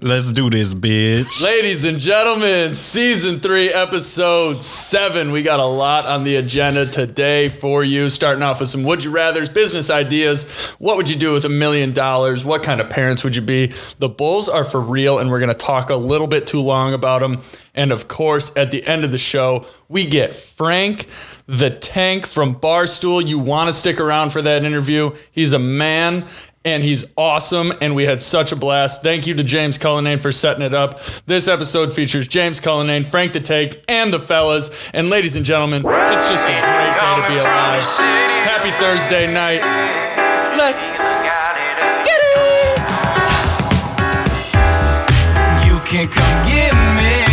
Let's do this, bitch. Ladies and gentlemen, season three, episode seven. We got a lot on the agenda today for you. Starting off with some would you rather's, business ideas. What would you do with a million dollars? What kind of parents would you be? The Bulls are for real, and we're going to talk a little bit too long about them. And of course, at the end of the show, we get Frank the Tank from Barstool. You want to stick around for that interview. He's a man and he's awesome and we had such a blast thank you to james cullinane for setting it up this episode features james cullinane frank the take and the fellas and ladies and gentlemen it's just a great day to be alive happy thursday night let's get it You can come get me.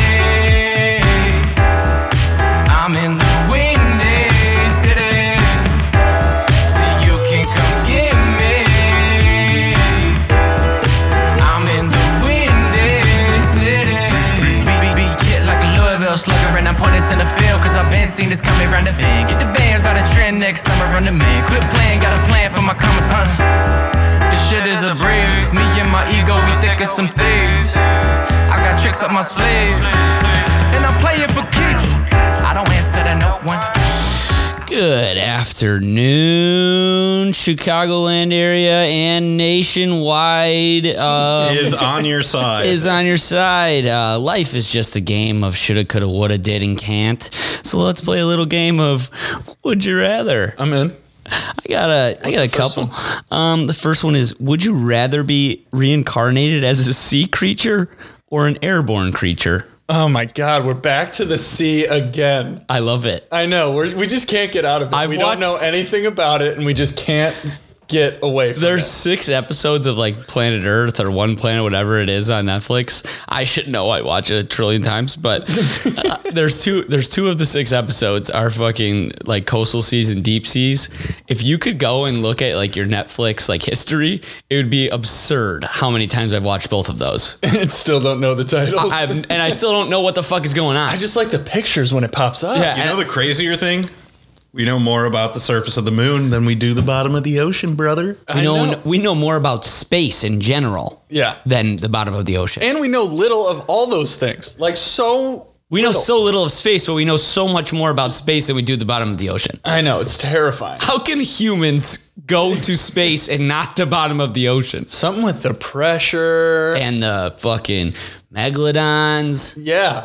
I'm in the windy city. So you can come get me. I'm in the windy city. Be, be, be hit like a Louisville slugger, and I'm pointing in the field. Cause I've been seen this coming round the bend. Get the bands by the trend next summer, run the man. Quit playing, got a plan for my comments, huh? This shit is a breeze. Me and my ego, we thick as some thieves. I got tricks up my sleeve, and I'm playing for keeps. I don't answer to no one. Good afternoon, Chicagoland area and nationwide uh, Is on your side. is on your side. Uh, life is just a game of shoulda, coulda, woulda, did, and can't. So let's play a little game of would you rather. i'm in I got a, I got a couple. Um, the first one is would you rather be reincarnated as a sea creature or an airborne creature? oh my god we're back to the sea again I love it. i know we're, we just can't get out of it I've we don't watched- know anything about it and we just can't get away from There's it. six episodes of like Planet Earth or One Planet, whatever it is, on Netflix. I should know. I watch it a trillion times, but uh, there's two. There's two of the six episodes are fucking like coastal seas and deep seas. If you could go and look at like your Netflix like history, it would be absurd how many times I've watched both of those. and still don't know the titles I've, and I still don't know what the fuck is going on. I just like the pictures when it pops up. yeah, you and- know the crazier thing? We know more about the surface of the moon than we do the bottom of the ocean, brother. we I know, know. we know more about space in general Yeah. than the bottom of the ocean. And we know little of all those things. Like so we know little. so little of space, but we know so much more about space than we do the bottom of the ocean. I know, it's terrifying. How can humans go to space and not the bottom of the ocean? Something with the pressure. And the fucking megalodons. yeah.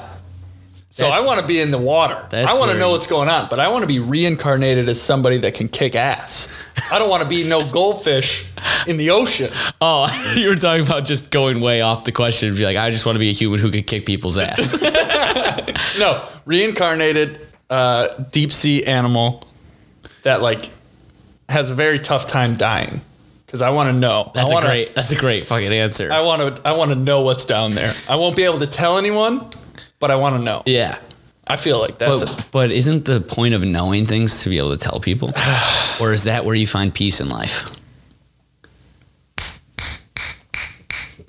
So That's- I want to be in the water. That's I want to where- know what's going on, but I want to be reincarnated as somebody that can kick ass. I don't want to be no goldfish in the ocean. Oh, you were talking about just going way off the question. Be like, I just want to be a human who could kick people's ass. No, reincarnated uh, deep sea animal that like has a very tough time dying. Because I want to know. That's I a wanna- great. That's a great fucking answer. I want to. I want to know what's down there. I won't be able to tell anyone, but I want to know. yeah. I feel like that's. But, but isn't the point of knowing things to be able to tell people? or is that where you find peace in life?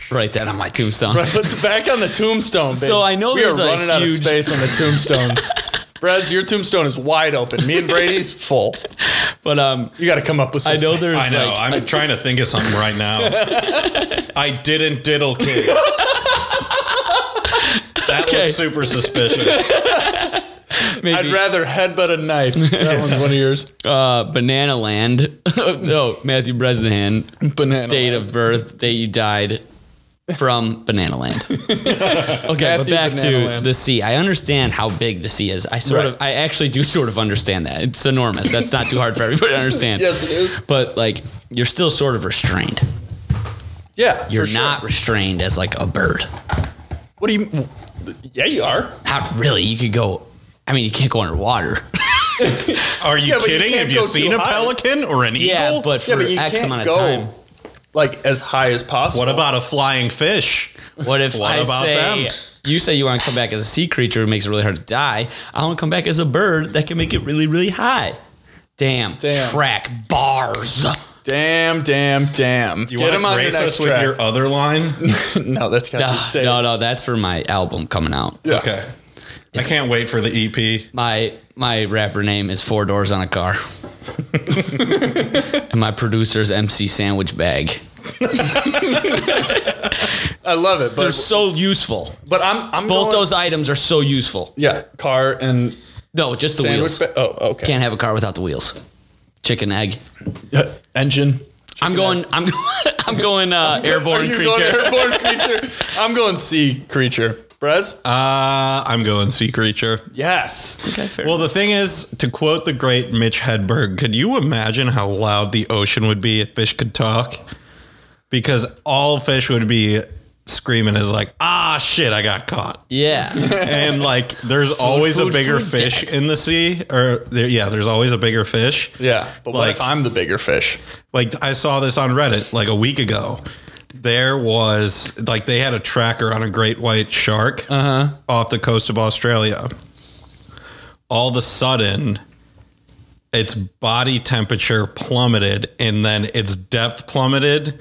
Write that on my tombstone. Right, put the back on the tombstone. Babe. So I know we there's are a running out of huge- space on the tombstones. Brez, your tombstone is wide open. Me and Brady's full. But um, You got to come up with. Some I know there's I know. like- I'm trying to think of something right now. I didn't diddle kids. that Okay. looks super suspicious. maybe I'd rather headbutt a knife. That one's one of yours. uh, Banana Land. no, Matthew Bresnahan. Banana. Date of birth, day you died from Banana Land. okay, but Matthew back to Banana Land. the sea. I understand how big the sea is. I sort Right. of, I actually do sort of understand that. It's enormous. That's not too hard for everybody to understand. Yes, it is. But like, you're still sort of restrained. Yeah, You're for sure. not restrained as like a bird. What do you? Yeah, you are. Not really. You could go. I mean, you can't go underwater. Are you Yeah, but you kidding? can't Have you go seen too a high. pelican or an eagle? yeah, but for yeah, but you X can't amount of go time. like as high as possible. what about a flying fish? What if What I about say, them? You say you want to come back as a sea creature who makes it really hard to die. I want to come back as a bird that can make it really, really high. Damn. Damn. Track bars. Damn! Damn! Damn! You want to grace us with your other line? No, that's got to be No, safe. Ah, no, no, that's for my album coming out. Yeah. Okay. I can't wait for the E EP. My my rapper name is Four Doors on a Car. and my producer's MC Sandwich Bag. I love it. But, They're so useful. but I'm I'm Both going- those items are so useful. yeah car and No, just the sandwich. wheels. Ba- oh, okay. Can't have a car without the wheels. Chicken egg. Engine. I'm going. I'm. going. I'm going. Uh, airborne Are you creature. Going airborne creature. I'm going sea creature. Brez. Uh, I'm going sea creature. Yes. Okay. Fair. Well, the thing is, to quote the great Mitch Hedberg, could you imagine how loud the ocean would be if fish could talk? Because all fish would be screaming as like, ah, shit, I got caught. yeah. And like, there's always food, a bigger food, fish in the sea, or there, yeah, there's always a bigger fish. yeah. But what Like- if I'm the bigger fish? Like I saw this on Reddit like a week ago. There was like they had a tracker on a great white shark Uh-huh. off the coast of Australia. All of a sudden, its body temperature plummeted and then its depth plummeted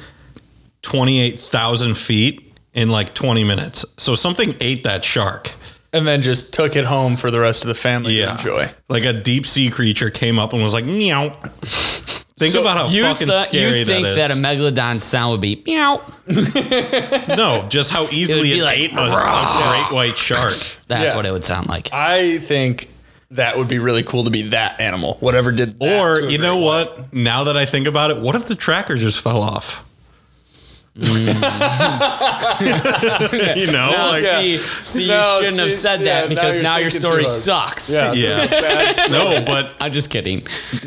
28,000 feet in like 20 minutes. So something ate that shark. And then just took it home for the rest of the family to enjoy. Like a deep sea creature came up and was like, meow. Think about how fucking thought- scary you think that is. that, a megalodon sound would be meow? No, just how easily be it like, ate a, a great white shark. That's Yeah. what it would sound like. I think that would be really cool to be that animal, whatever did. that Or to a you great know white. what? Now that I think about it, what if the tracker just fell off? you know, Mm. Now, like yeah. Oh, see, see, No, you shouldn't have see, said yeah, that now because you're now, your thinking story too hard. sucks. Yeah. Yeah. That's- no, but I'm just kidding.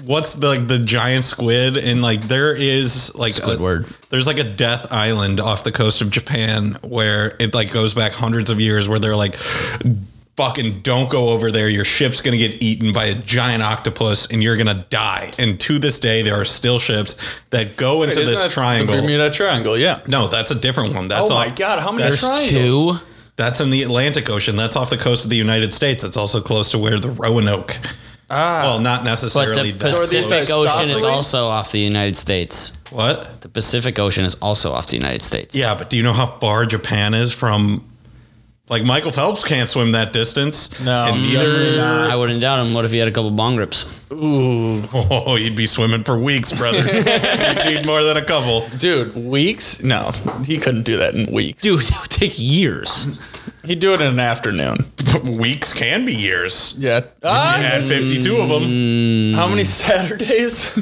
what's the, like the giant squid and like there is like a- Squidward. there's like a death island off the coast of Japan where it like goes back hundreds of years where they're like fucking don't go over there your ship's going to get eaten by a giant octopus and you're going to die and to this day there are still ships that go into Isn't that this the triangle Bermuda Triangle, yeah. no that's a different one that's oh off, my God, how many There's triangles? Two. that's in the Atlantic Ocean that's off the coast of the United States that's also close to where the Roanoke ah, well not But necessarily the that this Pacific is Ocean is Sicily? also off the United States. what The Pacific Ocean is also off the United States. Yeah, but do you know how far Japan is from? Like Michael Phelps can't swim that distance. No. and neither. I wouldn't doubt him. What if he had a couple bong grips? Oh, he'd be swimming for weeks, brother. he'd need more than a couple. Dude, weeks? No, he couldn't do that in weeks. Dude, it would take years. He'd do it in an afternoon. Weeks can be years. Yeah. Ah, I had fifty-two of them. Mm. How many Saturdays?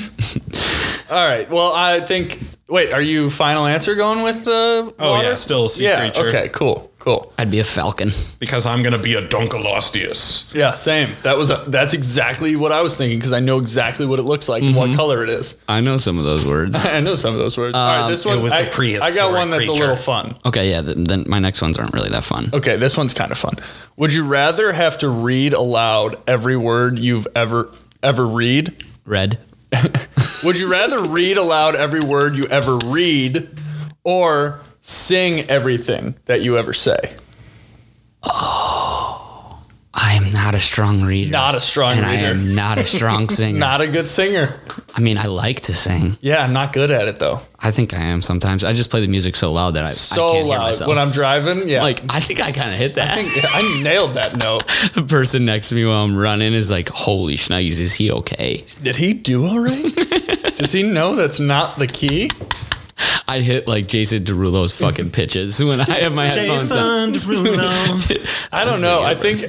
All right. Well, I think. Wait, are you final answer going with the? Oh, water? yeah, still a sea yeah. creature. Okay. Cool. Cool. I'd be a falcon. Because I'm gonna be a Dunkalostius. Yeah. Same. That was. A, that's exactly what I was thinking because I know exactly what it looks like and Mm-hmm. what color it is. I know some of those words. I know some of those words. All Um, right. This one. it was a I, I prehistoric got one that's a creature. little fun. Okay, yeah, th- then my next ones aren't really that fun. Okay. This one's kind of fun. Would you rather have to read aloud every word you've ever ever read Red. Would you rather read aloud every word you ever read or sing everything that you ever say? I'm not a strong reader. Not a strong and I reader. am not a strong singer. Not a good singer. I mean, I like to sing. Yeah, I'm not good at it though. I think I am sometimes. I just play the music so loud that I, So I can't hear loud myself. when I'm driving. Yeah. like, I think I kind of hit that. I nailed that note. the person next to me while I'm running is like, "Holy schnuggies, is he okay?" Did he do all right? Does he know that's not the key? I hit like Jason Derulo's fucking pitches when I have my headphones on. Jason Derulo. I don't know. I think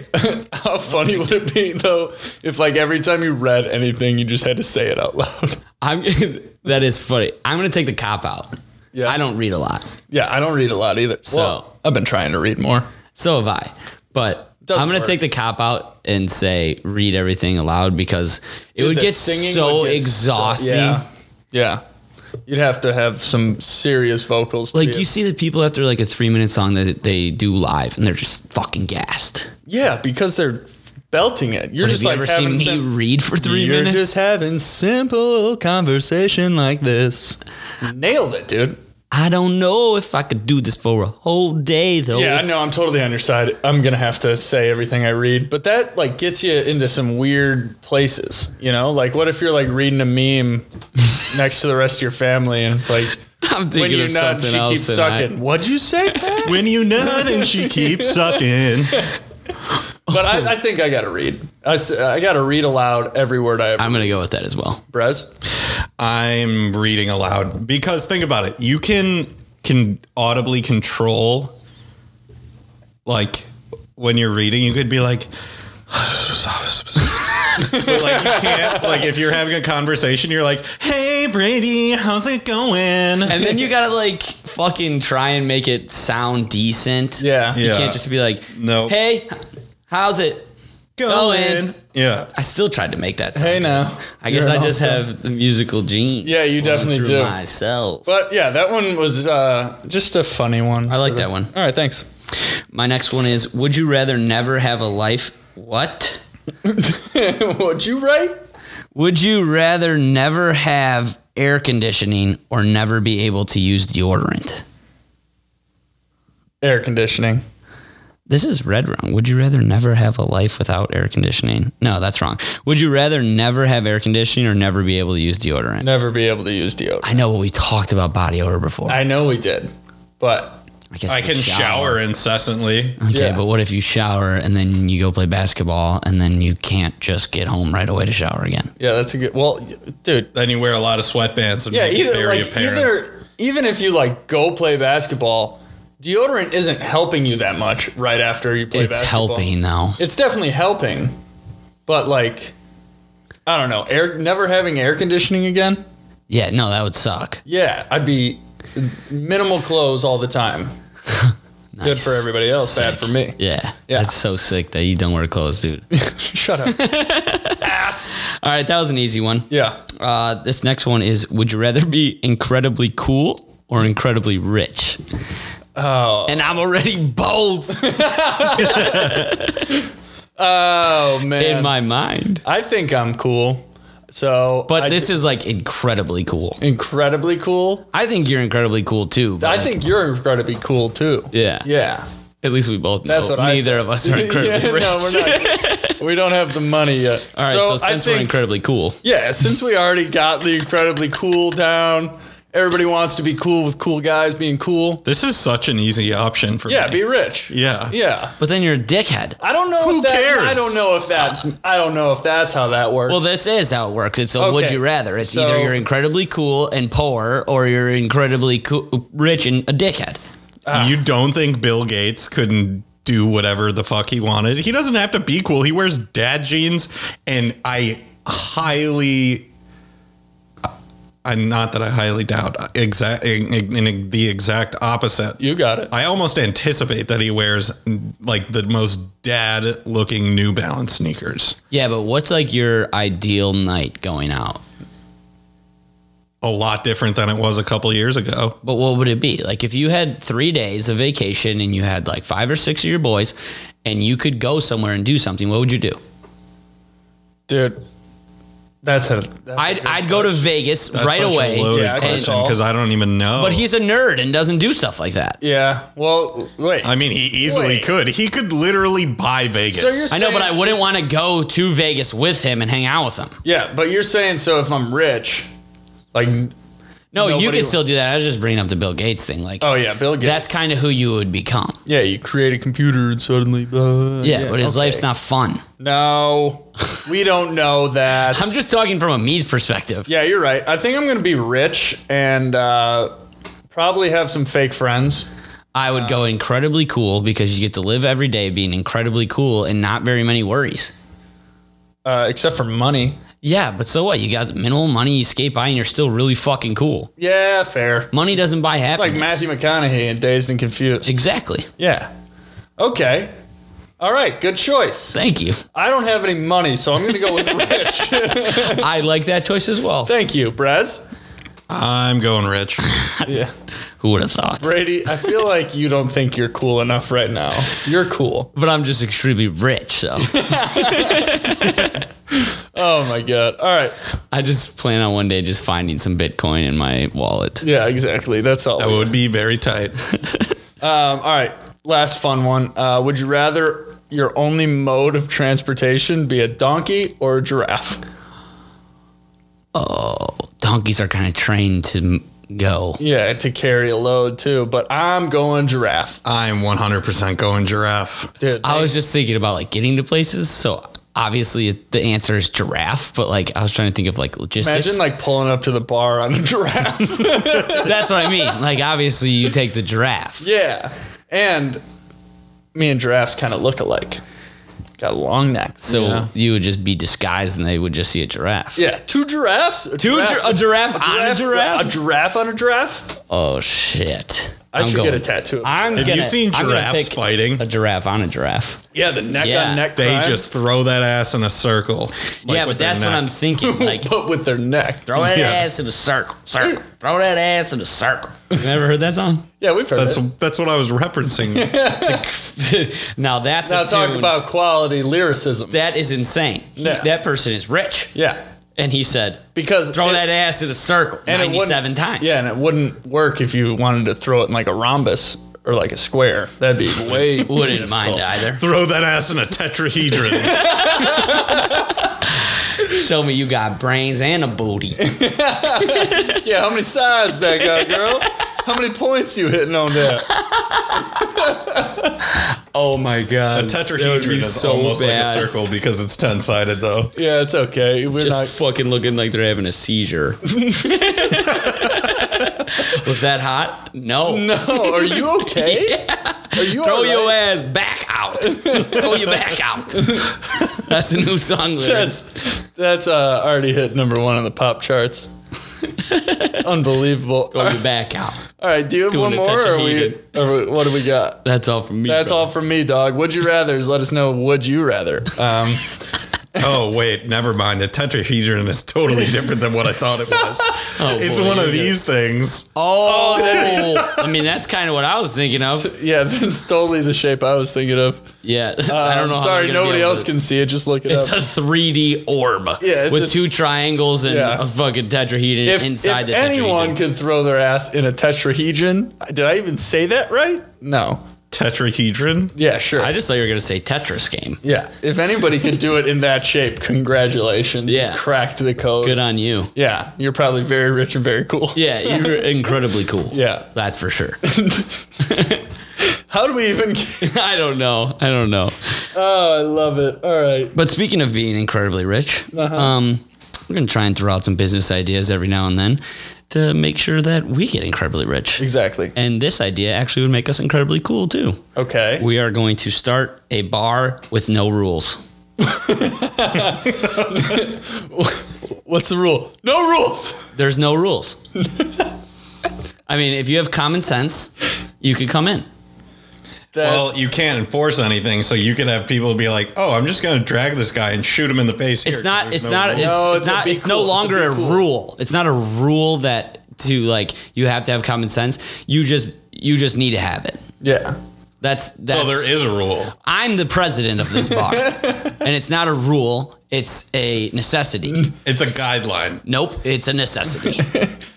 how funny would it be though if like every time you read anything you just had to say it out loud. I'm that is funny. I'm gonna take the cop out. Yeah. I don't read a lot, Yeah, I don't read a lot either. So Well, I've been trying to read more. so have I. But Doesn't I'm gonna work. take the cop out and say read everything aloud because it would the get singing so would get exhausting. yeah. Yeah. You'd have to have some serious vocals. to Like be- you see the people after like a three minute song that they do live and they're just fucking gassed. yeah, because they're belting it. You're Have just you like ever seen having me sim- read for 3 You're minutes? just having simple conversation like this. Nailed it, dude. I don't know if I could do this for a whole day though. Yeah, I know. I'm totally on your side. I'm gonna have to say everything I read, but that like gets you into some weird places. You know, like what if you're like reading a meme next to the rest of your family, and it's like I'm thinking when you of nut, something she else. keeps and I- sucking. What'd you say? Pat? when you nut and she keeps sucking. But I, I think I gotta read. I, s- I gotta read aloud every word I ever I'm gonna go with that as well. Brez. I'm reading aloud because think about it. You can can audibly control like when you're reading you could be like but like you can't like if you're having a conversation you're like hey brady how's it going And then you gotta like fucking try and make it sound decent. Yeah. You Yeah. can't just be like, Nope. Hey, how's it? going. yeah I still tried to make that sound. Hey now. I guess You're I an just all-star. have the musical genes. Yeah, you flowing definitely through do. My cells. But yeah, that one was uh, just a funny one. I like that one. All right, thanks. My next one is: Would you rather never have a life? What? Would you write? Would you rather never have air conditioning or never be able to use deodorant? Air conditioning. This is red wrong. Would you rather never have a life without air conditioning? No, that's wrong. Would you rather never have air conditioning or never be able to use deodorant? Never be able to use deodorant. I know we talked about body odor before. I know we did, but guess i you can shower incessantly Okay, Yeah. but what if you shower and then you go play basketball and then you can't just get home right away to shower again? yeah, that's a good. Well, dude. then you wear a lot of sweatbands and Yeah, make it either very like apparent either even if you like go play basketball, deodorant isn't helping you that much right after you play it's basketball. helping though. It's definitely helping, but like, I don't know. Air never having air conditioning again. Yeah, no, that would suck. Yeah, I'd be minimal clothes all the time. Good for Nice. everybody else, bad Sick. for me. Yeah. Yeah. That's so sick that you don't wear clothes, dude. Shut up. All right, that was an easy one. yeah. Uh, this next one is Would you rather be incredibly cool or incredibly rich? Oh. And I'm already both Oh man. in my mind. I think I'm cool. So, But I this do- is like incredibly cool. incredibly cool. I think you're incredibly cool too. But I think you're incredibly cool too. Yeah. Yeah. At least we both know. That's what I Neither said. of us are incredibly Yeah, rich. No, we're not. we don't have the money yet. All right, so, I since we're think- incredibly cool, Yeah, since we already got the incredibly cool down, everybody wants to be cool with cool guys being cool. this is such an easy option for Yeah, me be rich. yeah Yeah. but then you're a dickhead. I don't know Who if that, cares? I don't know if that I don't know if that's how that works. Well, this is how it works. It's a would Okay, you rather. It's so- either you're incredibly cool and poor, or you're incredibly coo- rich and a dickhead. you don't think bill gates couldn't do whatever the fuck he wanted he doesn't have to be cool he wears dad jeans and i highly i not that i highly doubt exact in, in- in the exact opposite you got it. I almost anticipate that he wears like the most dad looking New Balance sneakers. Yeah, but what's like your ideal night going out? A lot different than it was a couple years ago. But what would it be? Like if you had three days of vacation and you had like five or six of your boys and you could go somewhere and do something, what would you do? Dude. That's a that's I'd, I'd go to Vegas That's right such away. a loaded Yeah, I can question tell. because I don't even know. But he's a nerd and doesn't do stuff like that. Yeah. Well, wait. I mean, he easily Wait. could. He could literally buy Vegas. So you're- I know, but I wouldn't There's- want to go to Vegas with him and hang out with him. yeah, but you're saying so if I'm rich, like No, Nobody you can would. still do that. I was just bringing up the Bill Gates thing. Like, oh yeah, Bill Gates. that's kind of who you would become. yeah, you create a computer and suddenly blah. Yeah, but his okay. life's not fun. No, we don't know that. I'm just talking from a me's perspective. yeah, you're right. I think I'm gonna be rich and uh, probably have some fake friends. I would go incredibly cool because you get to live every day being incredibly cool and not very many worries. Uh, except for money. Yeah, but so what? You got minimal money, you skate by, and you're still really fucking cool. Yeah, fair. Money doesn't buy happiness. Like Matthew McConaughey in Dazed and Confused. Exactly. yeah. Okay. All right. Good choice. Thank you. I don't have any money, so I'm gonna go with rich. I like that choice as well. Thank you, Brez. I'm going rich. Yeah. Who would have thought? Brady, I feel like you don't think you're cool enough right now. You're cool. But I'm just extremely rich, so Oh my god. All right. I just plan on one day just finding some Bitcoin in my wallet. Yeah, exactly. That's all. that would be very tight. Um, all right. Last fun one. Uh, would you rather your only mode of transportation be a donkey or a giraffe? Donkeys are kind of trained to m- go. Yeah, to carry a load too, but I'm going giraffe. I'm 100% going giraffe. Dude, I was just thinking about like getting to places, so obviously the answer is giraffe, but like I was trying to think of like logistics. Imagine like pulling up to the bar on a giraffe. That's what I mean. Like obviously you take the giraffe. yeah. And me and giraffes kind of look alike. Got a long neck. So you would just be disguised, and they would just see a giraffe. Yeah, two giraffes. A Two gir- a giraffe on a A giraffe? giraffe on a giraffe. Oh shit! I I'm should going- get a tattoo. of I'm Have you gonna- seen I'm gonna giraffes pick fighting? A giraffe on a giraffe. Yeah, the neck Yeah. on neck. They crime, just throw that ass in a circle. like, yeah, with but their that's what neck. I'm thinking. Like but with their neck. throw that Yeah. ass in a circle, circle. Throw that ass in a circle. You never heard that song? Yeah, we've heard That's that. that's what I was referencing. now that's Now a talk tune. about quality lyricism. that is insane. He- Yeah. That person is rich, yeah, and he said, because "Throw it- that ass in a circle and it wouldn't- ninety-seven times." Yeah, and it wouldn't work if you wanted to throw it in like a rhombus or like a square. That'd be way. wouldn't mind either. throw that ass in a tetrahedron. Show me you got brains and a booty. yeah, how many sides that got, girl? How many points you hitting on that? oh my god, A tetrahedron is almost like a circle because it's ten sided though. Yeah, it's okay. We're just not fucking looking like they're having a seizure. Was that hot? No. No, Oh, are you okay? Are you Throw all your right? ass back out. Throw your back out. That's a new song lyrics. That's that's uh, already hit number one on the pop charts. Unbelievable. Throw your back out. all right, do you have doing one a more? touch Or of are we, heated. or we- what do we got? That's all from me. That's bro. all from me, dog. Would you rather? Let us know. Would you rather? Um, Oh wait, never mind. A tetrahedron is totally different than what I thought it was. Oh, it's boy, one you're of good. these things. Oh, I mean that's kind of what I was thinking of. yeah, that's totally the shape I was thinking of. Yeah, I Um, don't know. how Sorry, they're gonna be nobody able else to- can see it. Just look it It's a up. 3D orb Yeah, it's with a- two triangles and Yeah. a fucking tetrahedron if inside if the anyone tetrahedron. could throw their ass in a tetrahedron, did I even say that right? No. Tetrahedron. Yeah, sure. I just thought you were gonna say Tetris game. Yeah, if anybody could do it in that shape, congratulations. Yeah. You've cracked the code. Good on you. Yeah, you're probably very rich and very cool. Yeah, you're incredibly cool. Yeah. That's for sure. How do we even? I don't know. I don't know. Oh, I love it. All right. But speaking of being incredibly rich, Uh-huh. um, we're going to try and throw out some business ideas every now and then to make sure that we get incredibly rich. Exactly. And this idea actually would make us incredibly cool too. Okay. We are going to start a bar with no rules. What's the rule? No rules. There's no rules. I mean, if you have common sense, you could come in. That's, Well, you can't enforce anything, so you could have people be like, "Oh, I'm just going to drag this guy and shoot him in the face." here It's 'cause not. there's It's no not. rule." It's, No, it's, it's a not. be It's cool. no It's a longer be a, cool. rule. It's not a rule that to like you have to have common sense. You just you just need to have it. yeah. That's that's. so there is a rule. I'm the president of this bar, and it's not a rule. It's a necessity. It's a guideline. Nope, it's a necessity,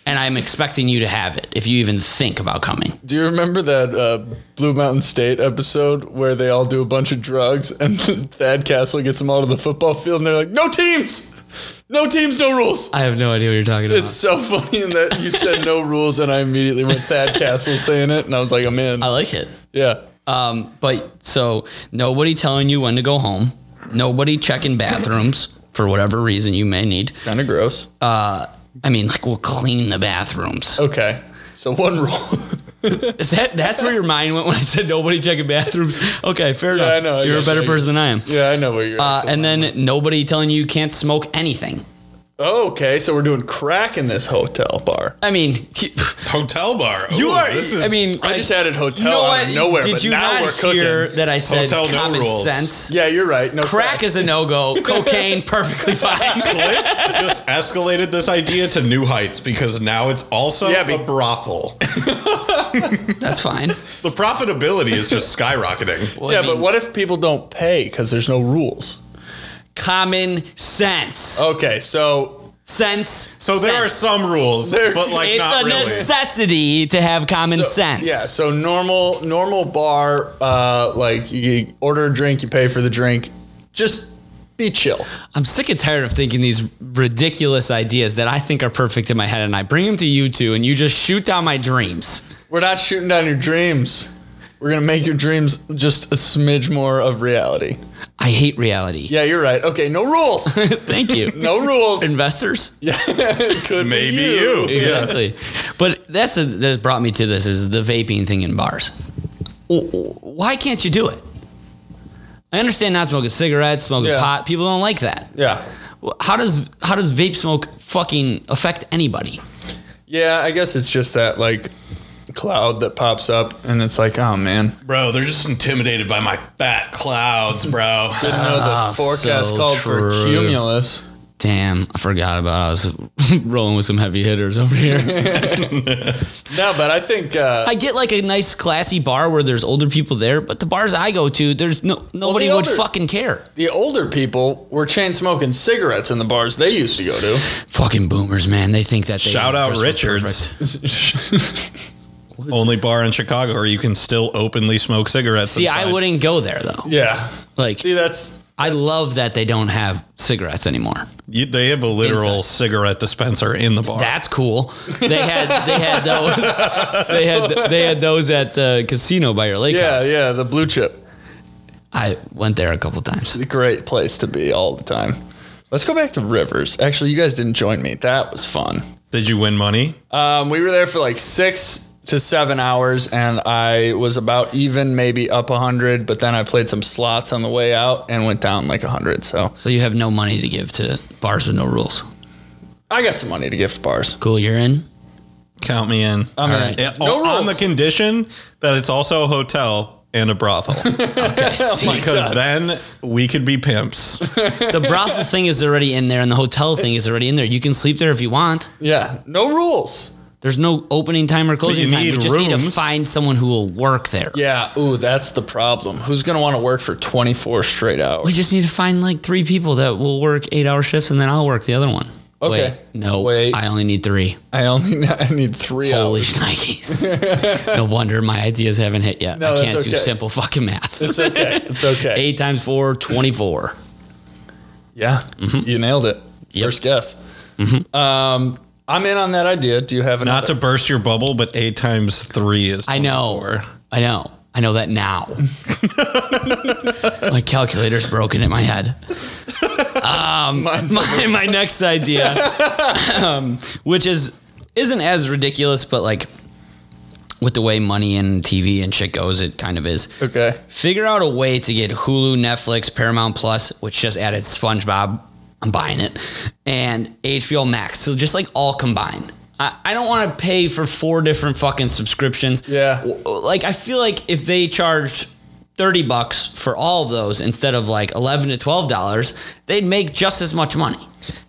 and I'm expecting you to have it if you even think about coming. Do you remember that uh, Blue Mountain State episode where they all do a bunch of drugs and Thad Castle gets them all to the football field and they're like, "No teams, no teams, no rules." I have no idea what you're talking It's so funny in that you said no rules and I immediately went Thad Castle saying it and I was like, "I'm in." I like it. Yeah. Um, but so nobody telling you when to go home. Nobody checking bathrooms for whatever reason you may need. Kind of gross. uh, I mean, like we'll clean the bathrooms. Okay. So one rule. Is that that's where your mind went when I said nobody checking bathrooms? Okay, fair Yeah, I enough. know, I You're a guess. better person than I am. yeah, I know where you're. Uh, at. and then nobody telling you you can't smoke anything. okay, so we're doing crack in this hotel bar. I mean, Hotel bar. you Ooh, are. This is, I mean, I like, just added you hotel know out what? of nowhere, Did but you now we're not cooking. hear that I said Hotel, no common rules. sense? Yeah, you're right. No Crack is a no go. Cocaine, perfectly fine. Cliff just escalated this idea to new heights because now it's also Yeah, be- a brothel. That's fine. The profitability is just skyrocketing. Well, I Yeah, mean, but what if people don't pay because there's no rules? Common sense. Okay, so Sense. Oh. So there are sense. some rules, There- but like It's not a really. necessity to have common so- sense. Yeah, so normal normal bar, uh, like you order a drink, you pay for the drink, just be chill. I'm sick and tired of thinking these ridiculous ideas that I think are perfect in my head, and I bring them to you two, and you just shoot down my dreams. We're not shooting down your dreams. We're gonna make your dreams just a smidge more of reality. I hate reality. Yeah, you're right. Okay, no rules. Thank you. No rules. Investors? Could be Maybe you. you. Exactly. But that's a, that brought me to this is the vaping thing in bars. W- w- Why can't you do it? I understand not smoking cigarettes, smoking Yeah. pot. People don't like that. Yeah. Well, How does how does vape smoke fucking affect anybody? Yeah, I guess it's just that like cloud that pops up and it's like, oh man. Bro, they're just intimidated by my fat clouds, bro. Didn't know the forecast Ah, so called for true. cumulus. Damn, I forgot about. I was rolling with some heavy hitters over here. No, but I think uh I get like a nice classy bar where there's older people there, but the bars I go to, there's no nobody would older- fucking care. the older people were chain smoking cigarettes in the bars they used to go to. Fucking boomers, man. They think that they Shout out dress so Richards. Only bar in Chicago where you can still openly smoke cigarettes. See, inside. I wouldn't go there though. Yeah. Like, See that's I love that they don't have cigarettes anymore. You, they have a literal Inside. cigarette dispenser in the bar. That's cool. They had they had those they had they had those at the casino by your lake yeah, house. yeah, the blue chip. I went there a couple times. a great place to be all the time. Let's go back to Rivers. Actually, you guys didn't join me. That was fun. Did you win money? Um, we were there for like six to seven hours, and I was about even, maybe up a hundred. But then I played some slots on the way out and went down like a hundred. So So you have no money to give to bars with no rules. I got some money to gift bars. Cool, you're in. Count me in. I'm All in. right. Yeah, No on- on the rules. condition that it's also a hotel and a brothel. Oh Okay. see, because then we could be pimps. the brothel thing is already in there and the hotel thing is already in there. You can sleep there if you want. Yeah, no rules. There's no opening time or closing you time. You need just need to rooms. find someone who will work there. Yeah. Ooh, that's the problem. Who's gonna want to work for 24 straight We hours? just need to find like three people that will work eight hour shifts and then I'll work the other one. Okay. Wait, no, Wait. I only need three. I only I need three Holy hours. shnikes. no wonder my ideas haven't hit yet. No, I that's can't do okay. simple fucking math. It's okay. It's okay. Eight times four, 24. Yeah, Mm-hmm. you nailed it. Yep. First guess. Um, I'm in on that idea. Do you have another? Not to burst your bubble, but eight times three is. I know. 24. I know. I know that now. my calculator's broken in my head. Um, my, my next idea, um, which is isn't as ridiculous, but like with the way money and TV and shit goes, it kind of is. Okay. Figure out a way to get Hulu, Netflix, Paramount Plus, which just added SpongeBob. I'm buying it, and HBO Max. So just like all combined. I, I don't want to pay for four different fucking subscriptions. Yeah. W- Like I feel like if they charged. 30 bucks for all of those instead of like 11 to 12 dollars they'd make just as much money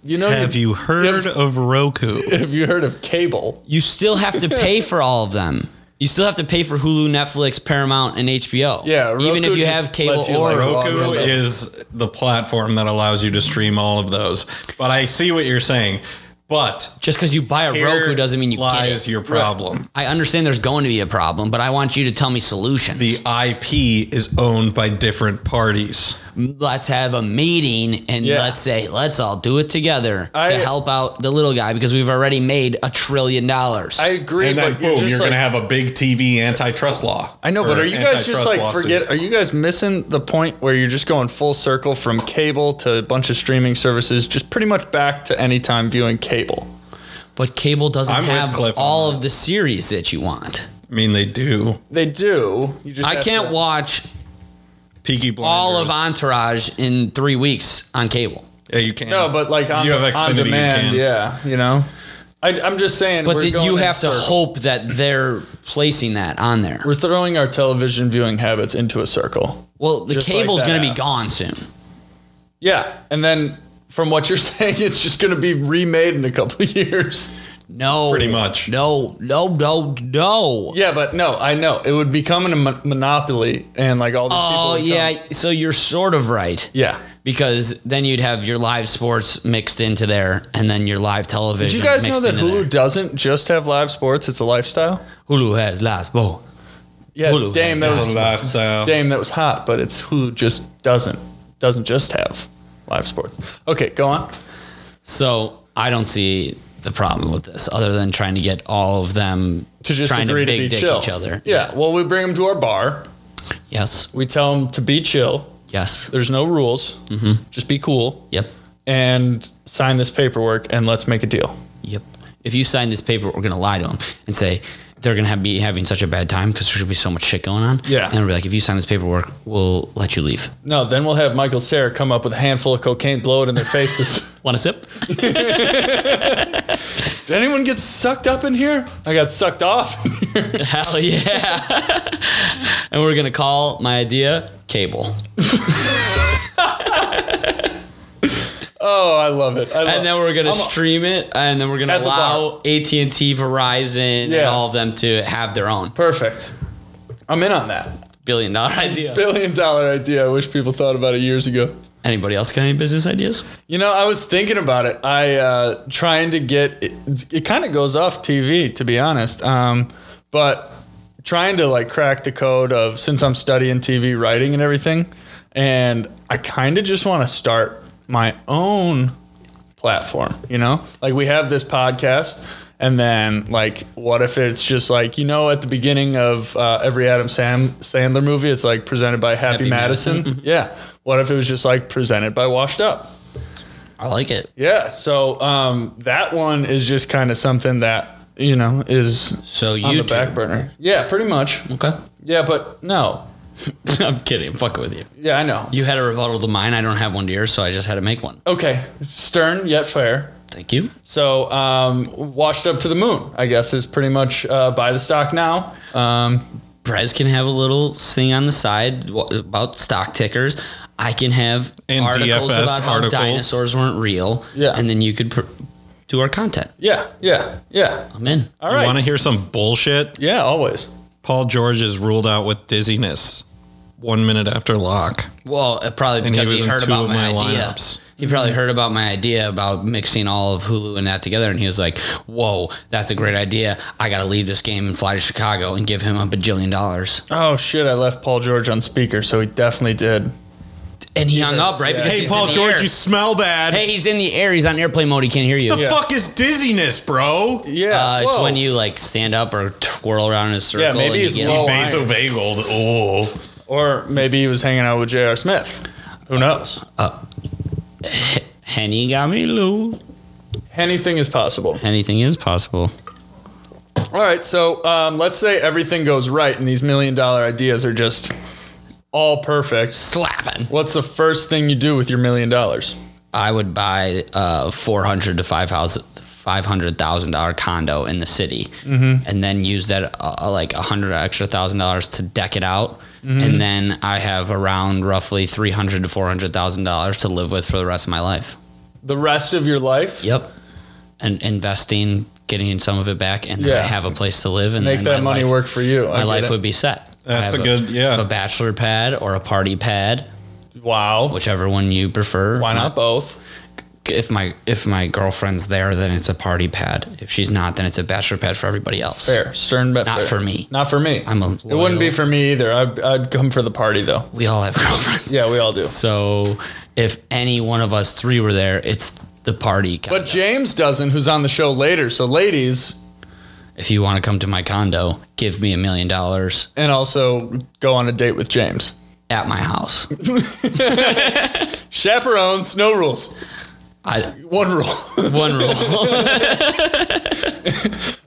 You know, Have you heard of Roku? have you heard of cable? you still have to pay for all of them you still have to pay for hulu netflix paramount and hbo Yeah, even if Roku you just have cable lets you, or like, roll Roku Roku. is the platform that allows you to stream all of those. But I see what you're saying. But just because you buy a roku here doesn't mean you get it. lies your problem. I understand there's going to be a problem, but I want you to tell me solutions. The IP is owned by different parties. let's have a meeting and Yeah. let's say, let's all do it together I- to help out the little guy because we've already made a trillion dollars. I agree. and then but boom, you're, you're, just like, gonna have a big TV antitrust law. I know, but or are you guys just antitrust like lawsuit. forget? Are you guys missing the point where you're just going full circle from cable to a bunch of streaming services, just pretty much back to anytime viewing cable? but cable doesn't I'm with have Cliff on all of the series that you want. I mean, they do. They do. You just I have can't to- watch Peaky Blinders. all of Entourage in three weeks on cable. Yeah, you can. No, but like on, You have on Xfinity, you demand, can. yeah, you know. I, I'm just saying, But we're that going you in have to circles. hope that they're placing that on there. We're throwing our television viewing habits into a circle. Well, the just like cable's that going to be app. gone soon. Yeah, and then from what you're saying, it's just going to be remade in a couple of years. No. Pretty much. No, no, no, no. Yeah, but no, I know it would become a mon- monopoly, and like all the people. Oh would yeah, come- so you're sort of right. yeah. Because then you'd have your live sports mixed into there, and then your live television. Did you guys know mixed that into Hulu there. doesn't just have live sports; it's a lifestyle. Hulu has last ball? Yeah, Hulu Dame, that It's a was lifestyle. Dame, that was hot, but it's Hulu just doesn't doesn't just have live sports. Okay, go on. So I don't see the problem with this, other than trying to get all of them to just Trying to agree to, big be dick chill. each other. Yeah. Well, we bring them to our bar. Yes. We tell them to be chill. Yes. There's no rules. Mm-hmm. Just be cool Yep. and sign this paperwork and let's make a deal. Yep. If you sign this paper, we're gonna lie to them and say they're gonna have, be having such a bad time because there's gonna be so much shit going on. Yeah. And we're like, if you sign this paperwork, we'll let you leave. No, then we'll have Michael Sarah come up with a handful of cocaine, blow it in their faces. Want a sip? Did anyone get sucked up in here? I got sucked off. Hell yeah. and we're gonna call my idea cable. oh, I love it. I love and then we're gonna I'm a- stream it, and then we're gonna At the allow AT and T, Verizon, and Yeah. all of them to have their own Perfect. I'm in on that. billion dollar idea. Billion dollar idea. I wish people thought about it years ago. Anybody else got any business ideas? You know, I was thinking about it. I uh, trying to get it, it kind of goes off TV to be honest. Um, but trying to like crack the code of since I'm studying TV writing and everything, and I kind of just want to start my own platform, you know? Like we have this podcast and then like what if it's just like you know at the beginning of uh, every Adam Sam- Sandler movie it's like presented by Happy, Happy Madison. Madison. Yeah. What if it was just like presented by Washed Up? I like it. Yeah. So um, that one is just kind of something that you know is So on the you back burner. Yeah, pretty much. Okay. Yeah, but no. I'm kidding. I'm fucking with you. Yeah, I know. You had a rebuttal to mine. I don't have one to yours, so I just had to make one. Okay, stern yet fair. Thank you. So um, washed up to the moon, I guess, is pretty much uh, buy the stock now. Um, Brez can have a little thing on the side wha- about stock tickers. I can have And articles DFS about articles. how dinosaurs weren't real. Yeah. And then you could pr- do our content. yeah, yeah, yeah. I'm in. All You want right. to hear some bullshit? Yeah, always. Paul George is ruled out with dizziness one minute after lock. Well, uh, probably he because he, was in heard two about of my, my idea. lineups. He probably heard about my idea about mixing all of Hulu and that together, and he was like, "Whoa, that's a great idea! I got to leave this game and fly to Chicago and give him a bajillion dollars." Oh shit! I left Paul George on speaker, so he definitely did. And he hung up right yeah. because Hey, he's Paul in the George, air. you smell bad. hey, he's in the air. He's on airplane mode. He can't hear you. the fuck is dizziness, bro? Yeah, Uh, it's whoa. when you like stand up or twirl around in a circle. maybe and you he's get- low. Oh, I- Vasovagaled. Oh. or maybe he was hanging out with J.R. Smith. Who Uh, knows? Henny got me low. Anything is possible. Anything is possible. All right, so um, let's say everything goes right and these million dollar ideas are just all perfect. Slapping. What's the first thing you do with your million dollars? I would buy a four hundred to five house five hundred thousand dollar condo in the city, Mm-hmm. and then use that uh, like a hundred extra thousand dollars to deck it out, Mm-hmm. and then I have around roughly three hundred to four hundred thousand dollars to live with for the rest of my life. The rest of your life? Yep, and investing, getting some of it back, and then I Yeah. have a place to live and Make then that my money life- work for you. I My get life it. would be set. I That's have a good- yeah. I have a bachelor pad or a party pad, Wow. whichever one you prefer. Why If my- not both? if my if my girlfriend's there, then it's a party pad. If she's not, then it's a bachelor pad for everybody else. Fair. Stern but Not fair. for me. Not for me. I'm a it loyal- wouldn't be for me either. I'd, I'd come for the party though. We all have girlfriends. Yeah, we all do. So if any one of us three were there, it's the party. Condo. But James doesn't, who's on the show later. So, ladies, if you want to come to my condo, give me a million dollars and also go on a date with James. at my house. Chaperones, no rules. I One rule. one rule.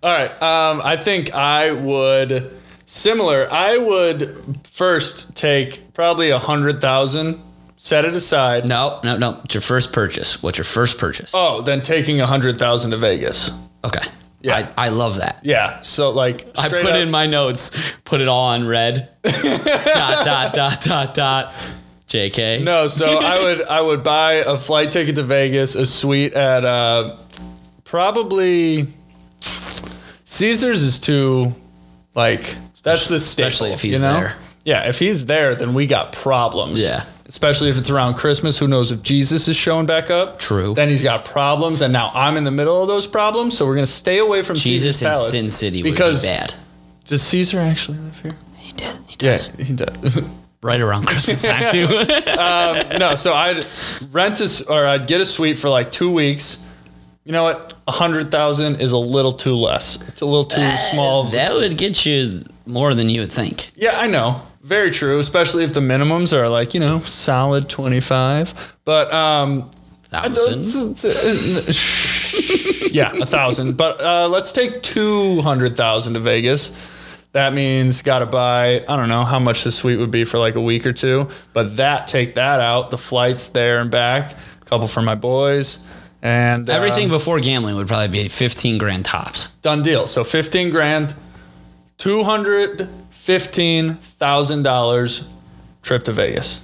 All right. Um, I think I would similar. I would first take probably a hundred thousand, set it aside. no, no, no. It's your first purchase. What's your first purchase? Oh, then taking a hundred thousand to Vegas. okay. Oh. Yeah. I, I love that. Yeah. So like I straight put up- in my notes, put it all on red. dot dot dot dot dot. JK. no. So I would I would buy a flight ticket to Vegas, a suite at uh, probably Caesars is too like that's the staple, especially if he's you know? there. Yeah, if he's there, then we got problems. Yeah. Especially if it's around Christmas. Who knows if Jesus is showing back up? True. Then he's got problems, and now I'm in the middle of those problems. So we're gonna stay away from Jesus Caesar's in Palace Sin City because would be bad. does Caesar actually live here? He did. He does. Yes, he does. Right around Christmas time too. no, so I'd rent a s- or I'd get a suite for like two weeks, you know what? A hundred thousand is a little too less. It's a little too small. That would get you more than you would think. Yeah, I know. Very true, especially if the minimums are like, you know, solid 25. But um I Thousand. don't- yeah, a thousand. But uh, let's take two hundred thousand to Vegas. That means gotta buy. I don't know how much the suite would be for like a week or two. But that take that out. The flights there and back. A couple for my boys. And um, Everything before gambling would probably be 15 grand tops. done deal. So fifteen grand, two hundred fifteen thousand dollars trip to Vegas.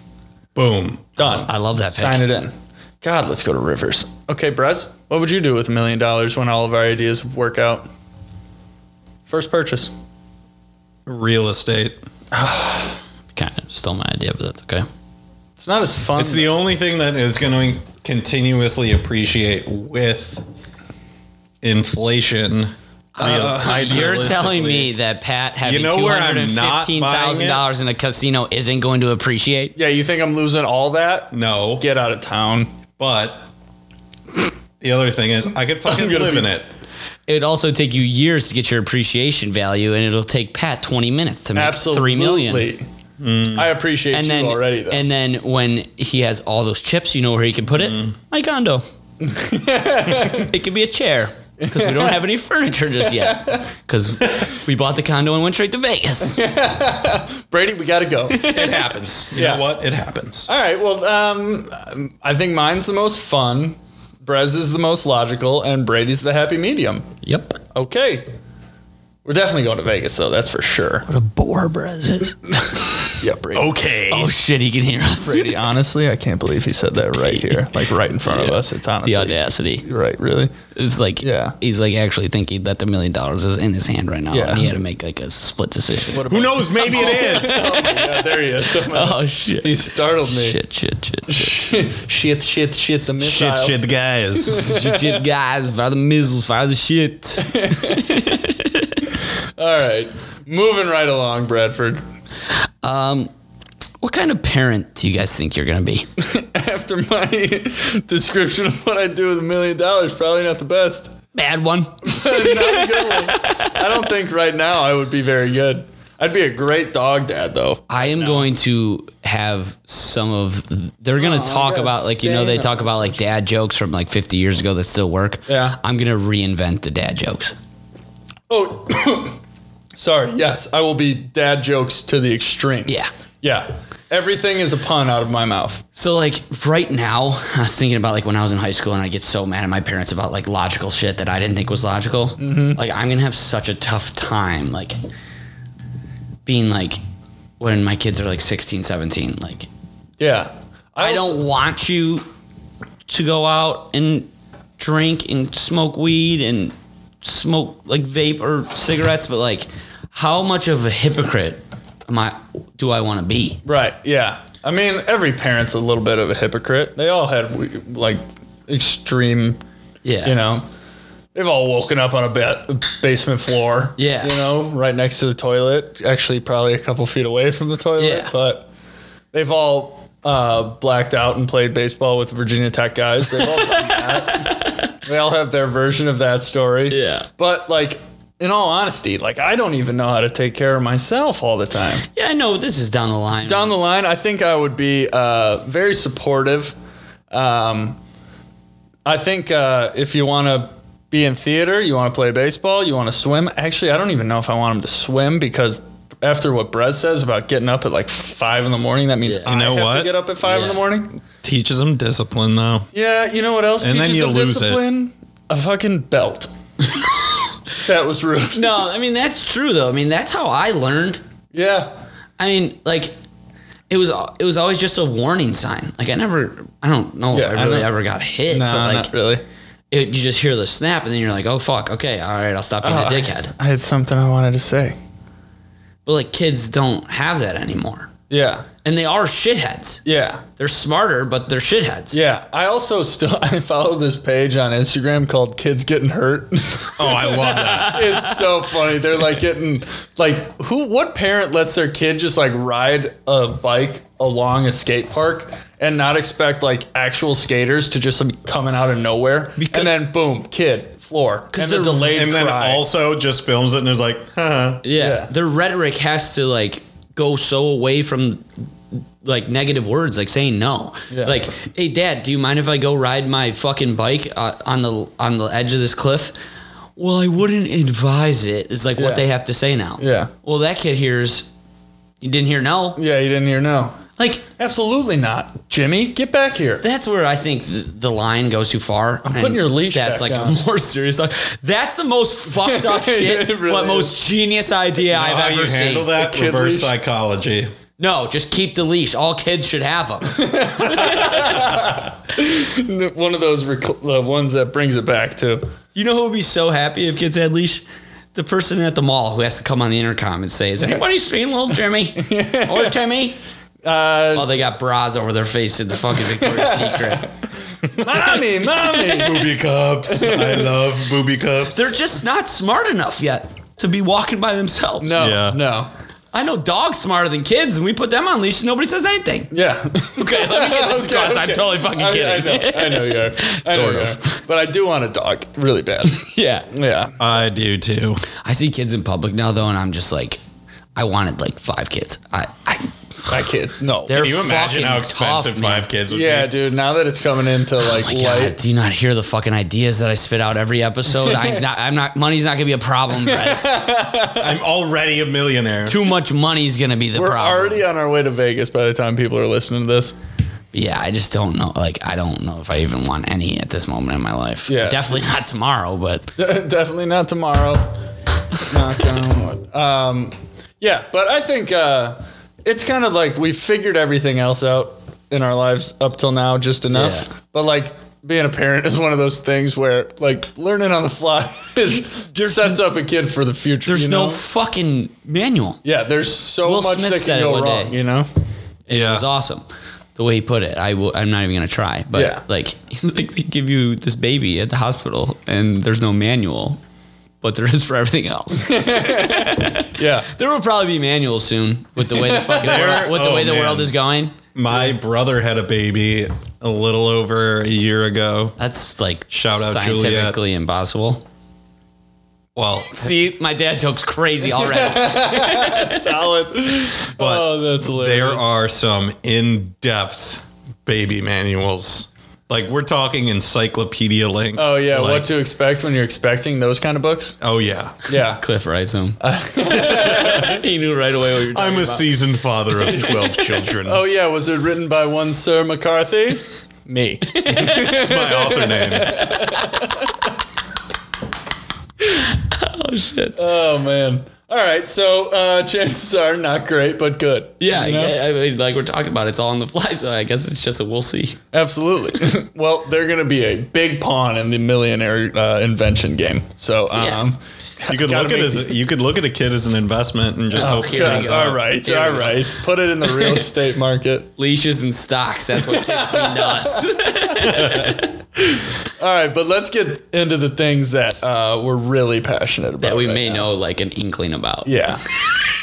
Boom. Done. I love that pick. Sign it in. God, let's go to Rivers. Okay, Brez, what would you do with a million dollars when all of our ideas work out? First purchase. Real estate. Kind of stole my idea, but that's okay. It's not as fun. It's the only thing that is going to continuously appreciate with inflation. I- Uh, You're telling me idealistically. that Pat having You know where I'm not buying it? $215,000 in a casino isn't going to appreciate? yeah, you think I'm losing all that? no, Get out of town. but the other thing is I could fucking gonna live be- in it. It'd also take you years to get your appreciation value, and it'll take Pat 20 minutes to make Absolutely. Hmm. 3 million. I appreciate And you then, already, though. and then when he has all those chips, you know where he can put it? Mm-hmm. My condo. it could be a chair because we don't have any furniture just yet because we bought the condo and went straight to Vegas. Brady, we got to go. It happens. You Yeah. know what? It happens. all right, well, um, I think mine's the most fun, Brez is the most logical, and Brady's the happy medium. yep. Okay. We're definitely going to Vegas, though, that's for sure. What a bore, Brez. Yeah, Brady. Uh, Okay. oh shit, he can hear us. Brady, honestly, I can't believe he said that right here, like right in front of us. It's honestly The audacity. right, really. It's like Yeah. he's like actually thinking that the million dollars is in his hand right now, Yeah. and he had to make like a split decision. Who knows? Maybe it is. yeah, there he is. oh shit. He startled me. Shit, shit, shit, shit, shit, shit, shit, the shit, missiles. shit, guys. shit, shit, guys! Fire the missiles, fire the shit. All right, moving right along, Bradford. Um, What kind of parent do you guys think you're gonna be? After my description of what I do with a million dollars, probably not the best. Bad one. not a good one. I don't think right now I would be very good. I'd be a great dog dad, though. I am going to have some of. They're Oh, gonna talk gotta about like you know stay they on talk this about like dad jokes from like 50 years ago that still work. Yeah. I'm gonna reinvent the dad jokes. Oh, sorry. Yes, I will be dad jokes to the extreme. Yeah. Yeah. Everything is a pun out of my mouth. So like right now, I was thinking about like when I was in high school and I get so mad at my parents about like logical shit that I didn't think was logical. Mm-hmm. Like I'm gonna have such a tough time like being like when my kids are like 16, 17, like Yeah. I also- don't want you to go out and drink and smoke weed and smoke like vape or cigarettes, but like, how much of a hypocrite am I? Do I want to be? Right. Yeah. I mean, every parent's a little bit of a hypocrite. They all had we- like extreme, Yeah, you know. They've all woken up on a ba- basement floor. Yeah. You know, right next to the toilet. Actually, probably a couple feet away from the toilet. Yeah. But they've all uh, blacked out and played baseball with Virginia Tech guys. They've all done that. They all have their version of that story. Yeah. But like, in all honesty, like I don't even know how to take care of myself all the time yeah. I know this is down the line. down the line, I think I would be uh, very supportive. Um, I think uh, if you want to be in theater, you want to play baseball, you want to swim. Actually, I don't even know if I want him to swim because after what Brez says about getting up at like five in the morning, that means Yeah. I You know have to what? get up at five in Yeah. the morning. Teaches them discipline, though. Yeah, you know what else? And then teaches you them lose it. discipline? A fucking belt. that was rude. No, I mean that's true though. I mean that's how I learned. Yeah. I mean like. It was it was always just a warning sign. Like I never, I don't know Yeah, if I I really know. ever got hit. No, but like not really. it, you just hear the snap, and then you're like, oh fuck, okay, all right, I'll stop being Oh, a I dickhead. had- I had something I wanted to say. But like kids don't have that anymore. Yeah. and they are shitheads. Yeah. They're smarter, but they're shitheads. Yeah. I also still I follow this page on Instagram called Kids Getting Hurt. Oh, I love that. it's so funny. They're like getting like who what parent lets their kid just like ride a bike along a skate park and not expect like actual skaters to just like, coming out of nowhere Because- and then boom, kid, floor. And the they're- delayed And then cry. also just films it and is like, huh. Yeah. Yeah. Their rhetoric has to like go so away from like negative words, like saying no. Yeah. Like, hey, Dad, do you mind if I go ride my fucking bike uh, on the on the edge of this cliff? Well, I wouldn't advise it. It's like Yeah. what they have to say now. Yeah. Well, that kid hears. You didn't hear no. Yeah, you didn't hear no. Like Absolutely not. Jimmy, get back here. that's where I think the, the line goes too far. I'm putting your leash That's back like down. a more serious. Like, that's the most fucked up shit, It really but most genius idea How I've ever you seen. handle that? kid Reverse leash. psychology. No, just keep the leash. All kids should have them. One of those rec- the ones that brings it back too. you know who would be so happy if kids had leash? The person at the mall who has to come on the intercom and say, "Has anybody seen little Jimmy or Timmy?" Uh, Oh, they got bras over their face at the fucking Victoria's Secret. mommy, mommy. Booby cups. I love booby cups. They're just not smart enough yet to be walking by themselves. No, Yeah. no. I know dogs smarter than kids, and we put them on leash, and nobody says anything. Yeah. Okay, let me get this Okay, across. I'm okay. totally fucking I- kidding. I, know, I know you are. I know Sort you of. are. But I do want a dog really bad. yeah. yeah. I do too. I see kids in public now, though, and I'm just like, I wanted like five kids. I, I My kid. No. They're Can you imagine fucking how expensive tough, man. five kids would yeah, be? dude. Now that it's coming into like Oh My God, light. do you not hear the fucking ideas that I spit out every episode? I'm not, I'm not money's not gonna be a problem, Bryce. I'm already a millionaire. Too much money's gonna be the We're problem. already on our way to Vegas by the time people are listening to this. yeah, I just don't know. Like, I don't know if I even want any at this moment in my life. Yeah. Definitely not tomorrow, but Definitely not tomorrow. Knock on wood. Um, yeah, but I think uh, it's kind of like we figured everything else out in our lives up till now just enough. Yeah. But like being a parent is one of those things where like learning on the fly is sets up a kid for the future. there's you no know? fucking manual. yeah, there's so Will much Smith that can said go it one wrong. day. You know? It yeah. was awesome. The way he put it, I will, I'm not even gonna try. But Yeah. like, he's like they give you this baby at the hospital, and there's no manual, but there is for everything else. Yeah. There will probably be manuals soon with the way the fucking There- world, with the oh, way the man. world is going. My brother had a baby a little over a year ago. That's like Shout out, scientifically impossible. Well, See, my dad joke's crazy already. Solid. But oh, that's hilarious. there are some in-depth baby manuals. Like we're talking encyclopedia length. oh yeah, Like, what to expect when you're expecting those kind of books? Oh yeah. Yeah. Cliff writes him. he knew right away what you were talking I'm a seasoned father of 12 children. Oh yeah, was it written by one Sir McCarthy? Me. It's my author name. Oh man. All right, so uh, chances are not great, but good. Yeah, You know? yeah, I mean, like we're talking about, it's all on the fly, so I guess it's just a we'll see. absolutely. well, they're going to be a big pawn in the millionaire uh, invention game. So, um, Yeah. You could Gotta look at make- Oh, as you could look at a kid as an investment and just hope here we God, go. all right, Here we all go. right. Put it in the real estate market. Leashes and stocks, that's what kids mean to us. All right, but let's get into the things that uh, we're really passionate about. that we right may now. know like an inkling about. Yeah.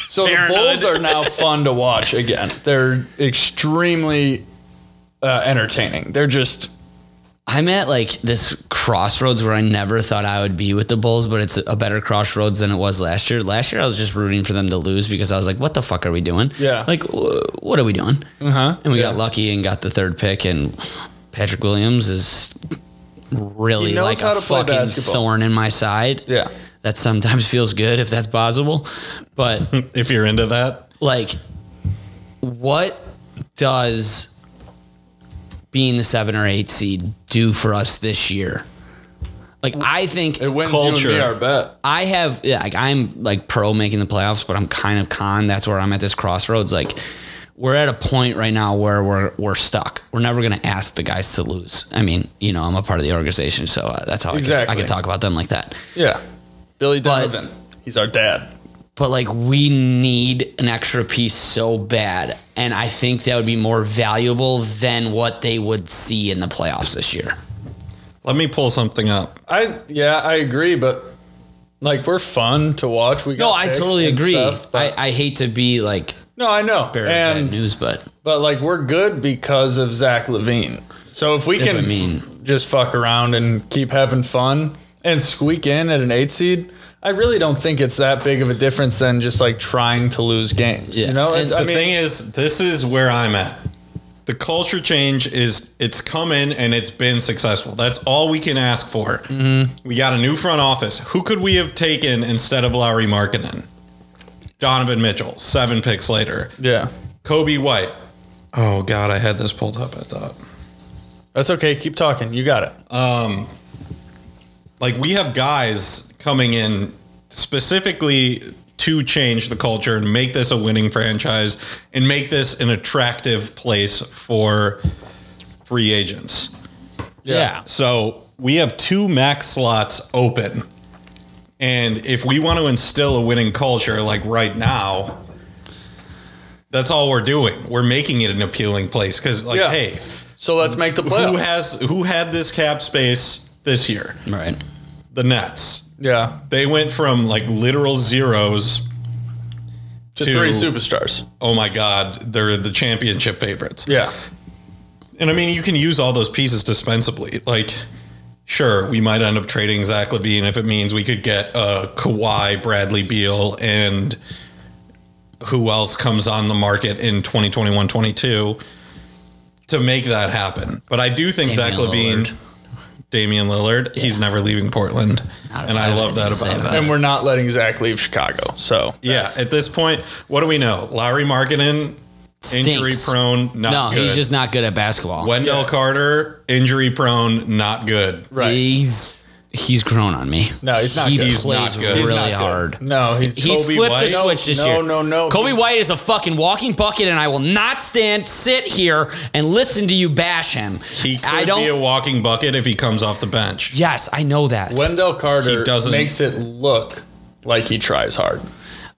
So the Bulls are now fun to watch again. They're extremely uh, entertaining. They're just I'm at like this crossroads where I never thought I would be with the Bulls, but it's a better crossroads than it was last year. Last year, I was just rooting for them to lose because I was like, "What the fuck are we doing? Yeah. like wh- what are we doing?" uh-huh. And we got lucky and got the third pick, and Patrick Williams is really He knows like how to a play fucking basketball. thorn in my side. Yeah. that sometimes feels good if that's possible, but if you're into that. like what does being the seven or eight seed do for us this year like i think It wins you Culture. and me our bet. i have yeah, like i'm like pro making the playoffs but i'm kind of con that's where i'm at this crossroads like we're at a point right now where we're we're stuck we're never going to ask the guys to lose i mean you know i'm a part of the organization so uh, that's how I, could, I Exactly. could talk about them like that Yeah. Billy But- Donovan. He's our dad. but like we need an extra piece so bad. And I think that would be more valuable than what they would see in the playoffs this year. Let me pull something up. I yeah, I agree, but like we're fun to watch. We got No, I picks totally and agree. stuff, but- I, I hate to be like no, I know, bearer of bad and news, but but like we're good because of Zach Levine. So if we That's can what I mean. just fuck around and keep having fun and squeak in at an eight seed. I really don't think it's that big of a difference than just like trying to lose games. Yeah. You know, And It's- The I mean, thing is, this is where I'm at. The culture change is it's come in and it's been successful. That's all we can ask for. Mm-hmm. We got a new front office. Who could we have taken instead of Lowry Markinen? Donovan Mitchell, seven picks later. yeah, Kobe White. Oh God, I had this pulled up. I thought. that's okay. Keep talking. You got it. like we have guys coming in specifically to change the culture and make this a winning franchise and make this an attractive place for free agents. Yeah. So we have two max slots open. And if we want to instill a winning culture like right now, that's all we're doing. We're making it an appealing place because, like, Yeah. hey, So let's make the who playoffs. has who had this cap space this year? right. The Nets yeah. they went from like literal zeros To- To, three superstars. oh my god they're the championship favorites Yeah. and i mean you can use all those pieces dispensably like sure we might end up trading zach levine if it means we could get uh, Kawhi, bradley beal and who else comes on the market in 2021-22 to make that happen but i do think Damian zach levine Lillard. damian lillard he's never leaving portland Not if and I i have love that anything to say about him about it. And we're not letting Zach leave Chicago. So Yeah, that's- at this point, what do we know? Lowry Markinen, Stinks. injury prone, not no, good. he's just not good at basketball. Wendell Yeah. Carter, injury prone, not good. right. He's he's grown on me. No, he's not He good. plays He's not good. He's really not good. hard. no, he's, He's Kobe flipped White? a switch this No, year. no, no. Kobe He- White is a fucking walking bucket, and I will not stand, sit here, and listen to you bash him. He could I don't. be a walking bucket if he comes off the bench. yes, I know that. Wendell Carter He doesn't- makes it look like he tries hard.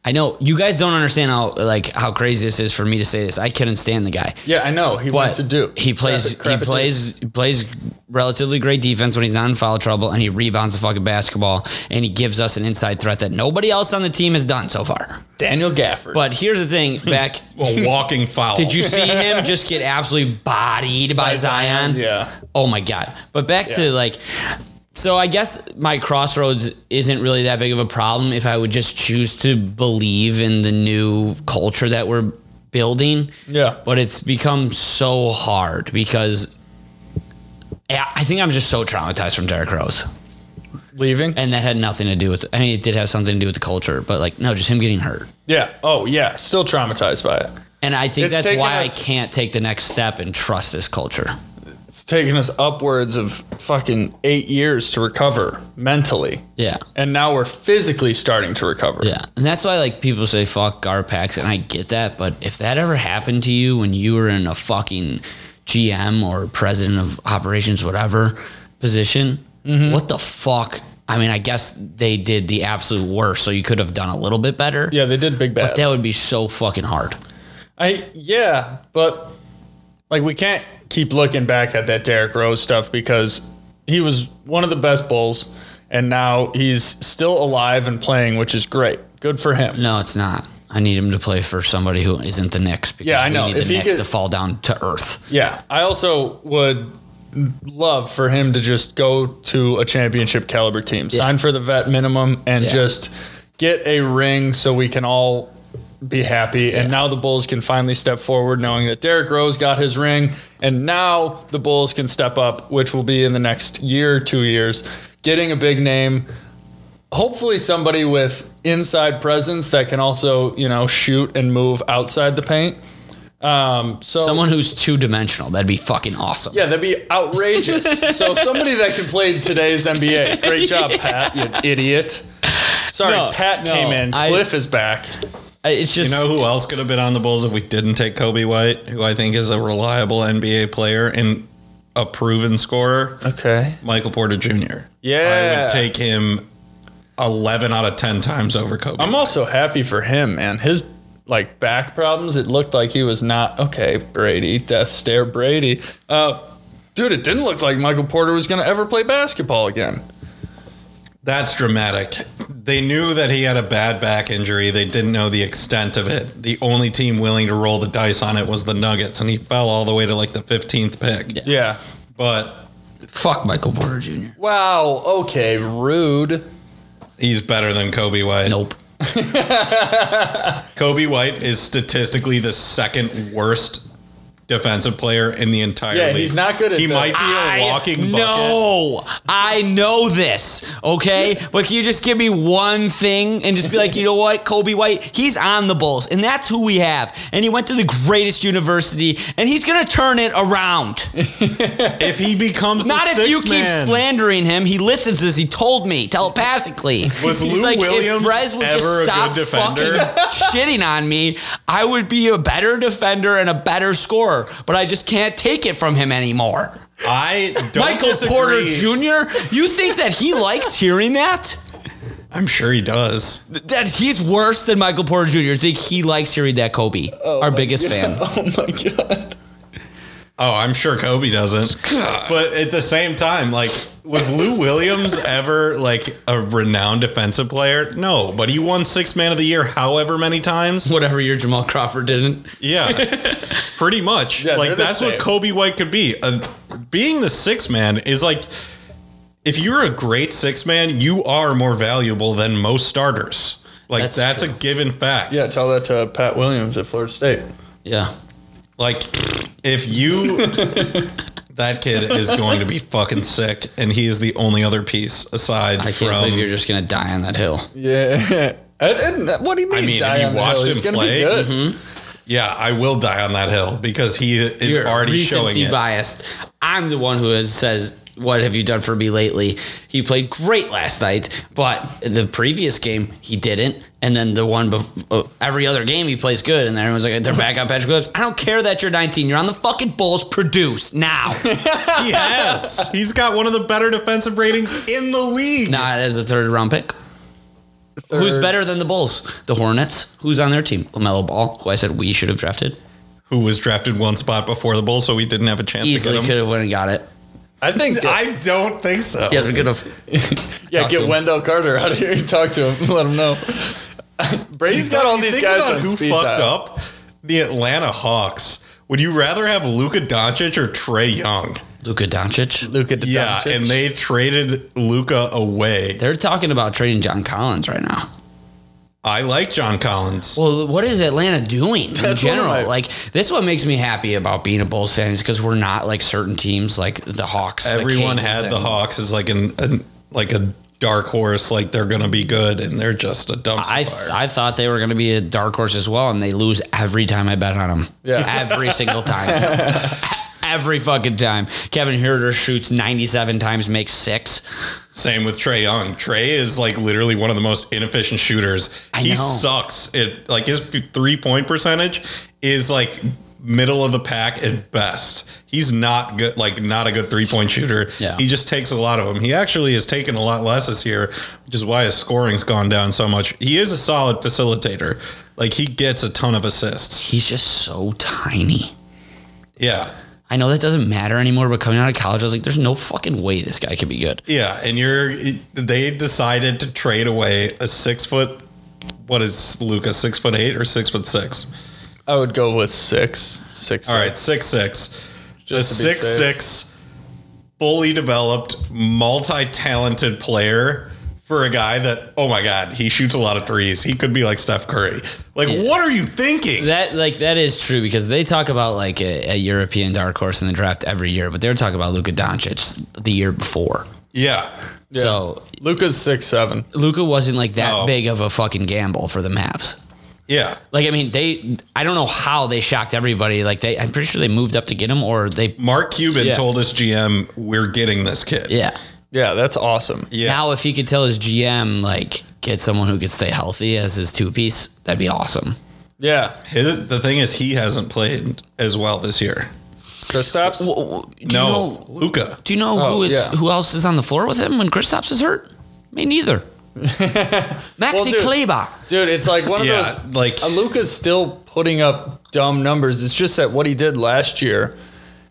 I know you guys don't understand how like how crazy this is for me to say this. I couldn't stand the guy. Yeah, I know. He But went to do. he plays he plays plays relatively great defense when he's not in foul trouble and he rebounds the fucking basketball and he gives us an inside threat that nobody else on the team has done so far. Daniel Gafford. But here's the thing, Beck, A walking foul. Did you see him just get absolutely bodied by, Zion? yeah. Oh my god. But back to Yeah. like so I guess my crossroads isn't really that big of a problem if I would just choose to believe in the new culture that we're building. Yeah. But it's become so hard because I I think I'm just so traumatized from Derrick Rose. leaving. And that had nothing to do with I mean it did have something to do with the culture, but like no, just him getting hurt. yeah. Oh, yeah. Still traumatized by it. And I think It's that's taken why us- I can't take the next step and trust this culture. It's taken us upwards of fucking eight years to recover mentally. Yeah. And now we're physically starting to recover. Yeah, and that's why like people say fuck guard packs, and I get that. But if that ever happened to you when you were in a fucking GM or president of operations, whatever position, Mm-hmm. what the fuck? I mean, I guess they did the absolute worst, so you could have done a little bit better. Yeah, they did big bad. but that would be so fucking hard. I yeah, but like we can't keep looking back at that Derrick Rose stuff because he was one of the best Bulls, and now he's still alive and playing, which is great. Good for him. No, it's not. I need him to play for somebody who isn't the Knicks because Yeah, I know. we need If the he Knicks could- to fall down to earth. Yeah, I also would love for him to just go to a championship caliber team, sign for the vet minimum, and Yeah. just get a ring so we can all be happy. And now the Bulls can finally step forward, knowing that Derrick Rose got his ring, and now the Bulls can step up, which will be in the next year, two years, getting a big name. Hopefully, somebody with inside presence that can also, you know, shoot and move outside the paint. Um, so Someone who's two dimensional, that'd be fucking awesome. yeah, that'd be outrageous. so somebody that can play today's NBA. Great job, Pat, you idiot. Sorry, No, Pat no, came in. I- Cliff is back. It's You just know who else could have been on the Bulls if we didn't take Kobe White, who I think is a reliable NBA player and a proven scorer? Okay. Michael Porter Jr. I Yeah. would take him eleven out of ten times over Kobe. I'm also happy for him, man. His like back problems, it looked like he was not okay, Brady, death stare Brady. Uh dude, it didn't look like Michael Porter was gonna ever play basketball again. That's dramatic. They knew that he had a bad back injury. They didn't know the extent of it. The only team willing to roll the dice on it was the Nuggets, and he fell all the way to like the 15th pick. Yeah. But Fuck Michael Porter Jr. Wow, okay, rude. he's better than Kobe White. Nope. Kobe White is statistically the second worst defensive player in the entire Yeah, league. he's not good at He that. might be a walking bucket. No, I know this. Okay, but can you just give me one thing and just be like, you know what, Kobe White, he's on the Bulls, and that's who we have. And he went to the greatest university, and he's gonna turn it around. If he becomes Not the if you sixth keep man, slandering him. He listens as he told me telepathically. Was He's Lou like, Williams if Brez would ever just a stop good defender?" fucking shitting on me, I would be a better defender and a better scorer. But I just can't take it from him anymore. I don't Michael disagree. Porter Jr. You think that he likes hearing that? I'm sure he does. That he's worse than Michael Porter Jr. Think he likes hearing that Kobe, our biggest fan. Oh my god. Oh, I'm sure Kobe doesn't. But at the same time, like, was Lou Williams ever like a renowned defensive player? No, but he won six man of the year however many times. Whatever your Jamal Crawford didn't. Yeah, pretty much. Yeah, like they're the that's same. what Kobe White could be. Uh, being the six man is like, if you're a great six man, you are more valuable than most starters. Like That's that's, a given fact. Yeah, tell that to Pat Williams at Florida State. Yeah. Like, if you. That kid is going to be fucking sick, and he is the only other piece aside I can't from. believe you're just gonna die on that hill. Yeah. And, and what do you mean? I mean, die have you on the watched hill? him He's gonna play? Be good. yeah, I will die on that hill because he is You're already showing recency it. biased. I'm the one who has, says, "What have you done for me lately?" He played great last night, but the previous game he didn't, and then the one before every other game he plays good, and then everyone's like, "They're back on Patrick Williams." I don't care that you're 19. You're on the fucking Bulls. Produce now. He has. He's got one of the better defensive ratings in the league. Not as a third round pick. Who's Third. better than the Bulls? The Hornets. Who's on their team? Lamelo Ball, who I said we should have drafted. Who was drafted one spot before the Bulls, so we didn't have a chance Easily to could get him. have went and got it. I think. I don't think so. Yes, we could have. yeah, talk to get him. Wendell Carter out of here and talk to him. Let him know. Brady's He's got all these guys on who speed fucked dial. up the Atlanta Hawks. Would you rather have Luka Doncic or Trey Young? Luka Doncic. Luka Doncic. Yeah, and they traded Luka away. They're talking about trading John Collins right now. I like John Collins. Well, what is Atlanta doing in That's one of general? my- like this, what makes me happy about being a Bulls fan is because we're not like certain teams, like the Hawks. the Everyone Kings, had the and- Hawks as like an, an like a dark horse, like they're gonna be good, and they're just a dumpster I fire. I thought they were going to be a dark horse as well, and they lose every time I bet on them. Yeah. every single time. Every fucking time. Kevin Herter shoots 97 times, makes six. Same with Trey Young. Trey is like literally one of the most inefficient shooters. I he know. sucks. It like his three point percentage is like middle of the pack at best. He's not good, like not a good three point shooter. Yeah. He just takes a lot of them. He actually has taken a lot less this year, which is why his scoring's gone down so much. He is a solid facilitator. Like he gets a ton of assists. He's just so tiny. Yeah. I know that doesn't matter anymore, but coming out of college, I was like, there's no fucking way this guy could be good. Yeah, and you're they decided to trade away a six foot. What is Luca? Six foot eight or six foot six? I would go with six. Six. All right, six six. Just a to be six safe. six, fully developed, multi talented player for a guy that oh my god, he shoots a lot of threes. He could be like Steph Curry. Like, what are you thinking? That like that is true because they talk about like a, a European dark horse in the draft every year, but they're talking about Luka Doncic the year before. yeah, So Luca's six seven. Luka wasn't like that No. big of a fucking gamble for the Mavs. yeah. Like I mean, they I don't know how they shocked everybody. Like they, I'm pretty sure they moved up to get him or they. Mark Cuban Yeah. told his GM, "We're getting this kid." Yeah. Yeah, that's awesome. Yeah. Now if he could tell his GM like get someone who could stay healthy as his two piece, that'd be awesome. Yeah. His, the thing is, he hasn't played as well this year. Kristaps. No, Luca. Do you know Oh, who is yeah. who else is on the floor with him when Kristaps is hurt? Me neither. Maxi dude. Kleber. Dude, it's like one of Yeah, those. like- uh, Luca's still putting up dumb numbers. It's just that what he did last year,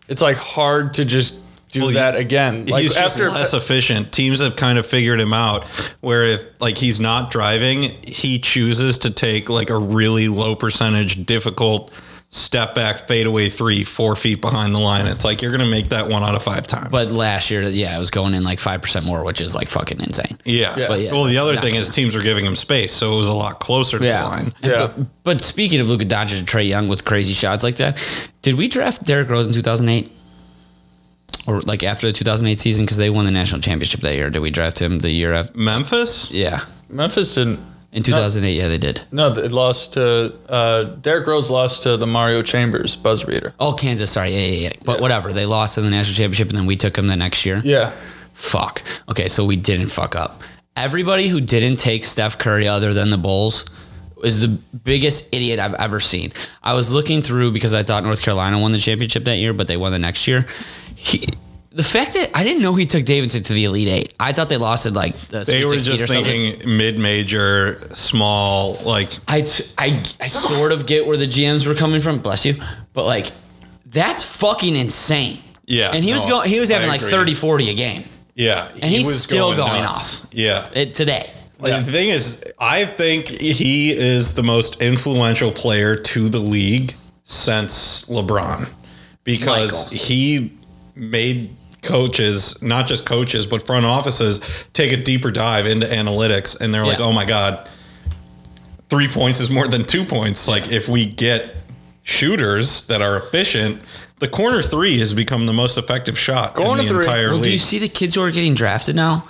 it's like hard to just do Well, he- that again. Like he's after just less efficient. Teams have kind of figured him out where if like he's not driving, he chooses to take like a really low percentage, difficult step back fadeaway three, four feet behind the line. It's like you're gonna make that one out of five times. But last year, yeah, it was going in like five percent more, which is like fucking insane. yeah. But yeah, well, the that's other not thing is teams were giving him space, so it was a lot closer to Yeah. the line. Yeah. But, but speaking of Luka Doncic and Trey Young with crazy shots like that, did we draft Derrick Rose in 2008? Or like after the 2008 season because they won the national championship that year? Did we draft him the year after? Memphis? Yeah, Memphis didn't. in 2008. Yeah, they did. No, they lost to uh, Derrick Rose lost to the Mario Chambers buzz reader. Oh, Kansas. Sorry. Yeah, yeah, yeah. But whatever. They lost in the national championship and then we took him the next year. Yeah, Fuck. Okay, so we didn't fuck up. Everybody who didn't take Steph Curry other than the Bulls is the biggest idiot I've ever seen. I was looking through because I thought North Carolina won the championship that year, but they won the next year. He, the fact that I didn't know he took Davidson to the Elite Eight, I thought they lost it like the They Sweet were 16 or just something. thinking mid major, small, like I, I, I sort of get where the GMs were coming from, bless you, but like that's fucking insane. Yeah, And he was no, going he was I having like agree. 30 40 a game yeah. And he's still going nuts. off. Yeah. it, today. Like, The thing is, I think he is the most influential player to the league since LeBron because Michael. he made coaches, not just coaches, but front offices take a deeper dive into analytics. And they're like, Yeah. oh my God, three points is more than two points. Like, if we get shooters that are efficient, the corner three has become the most effective shot Corner in the three. entire Well, do you league. see the kids who are getting drafted now?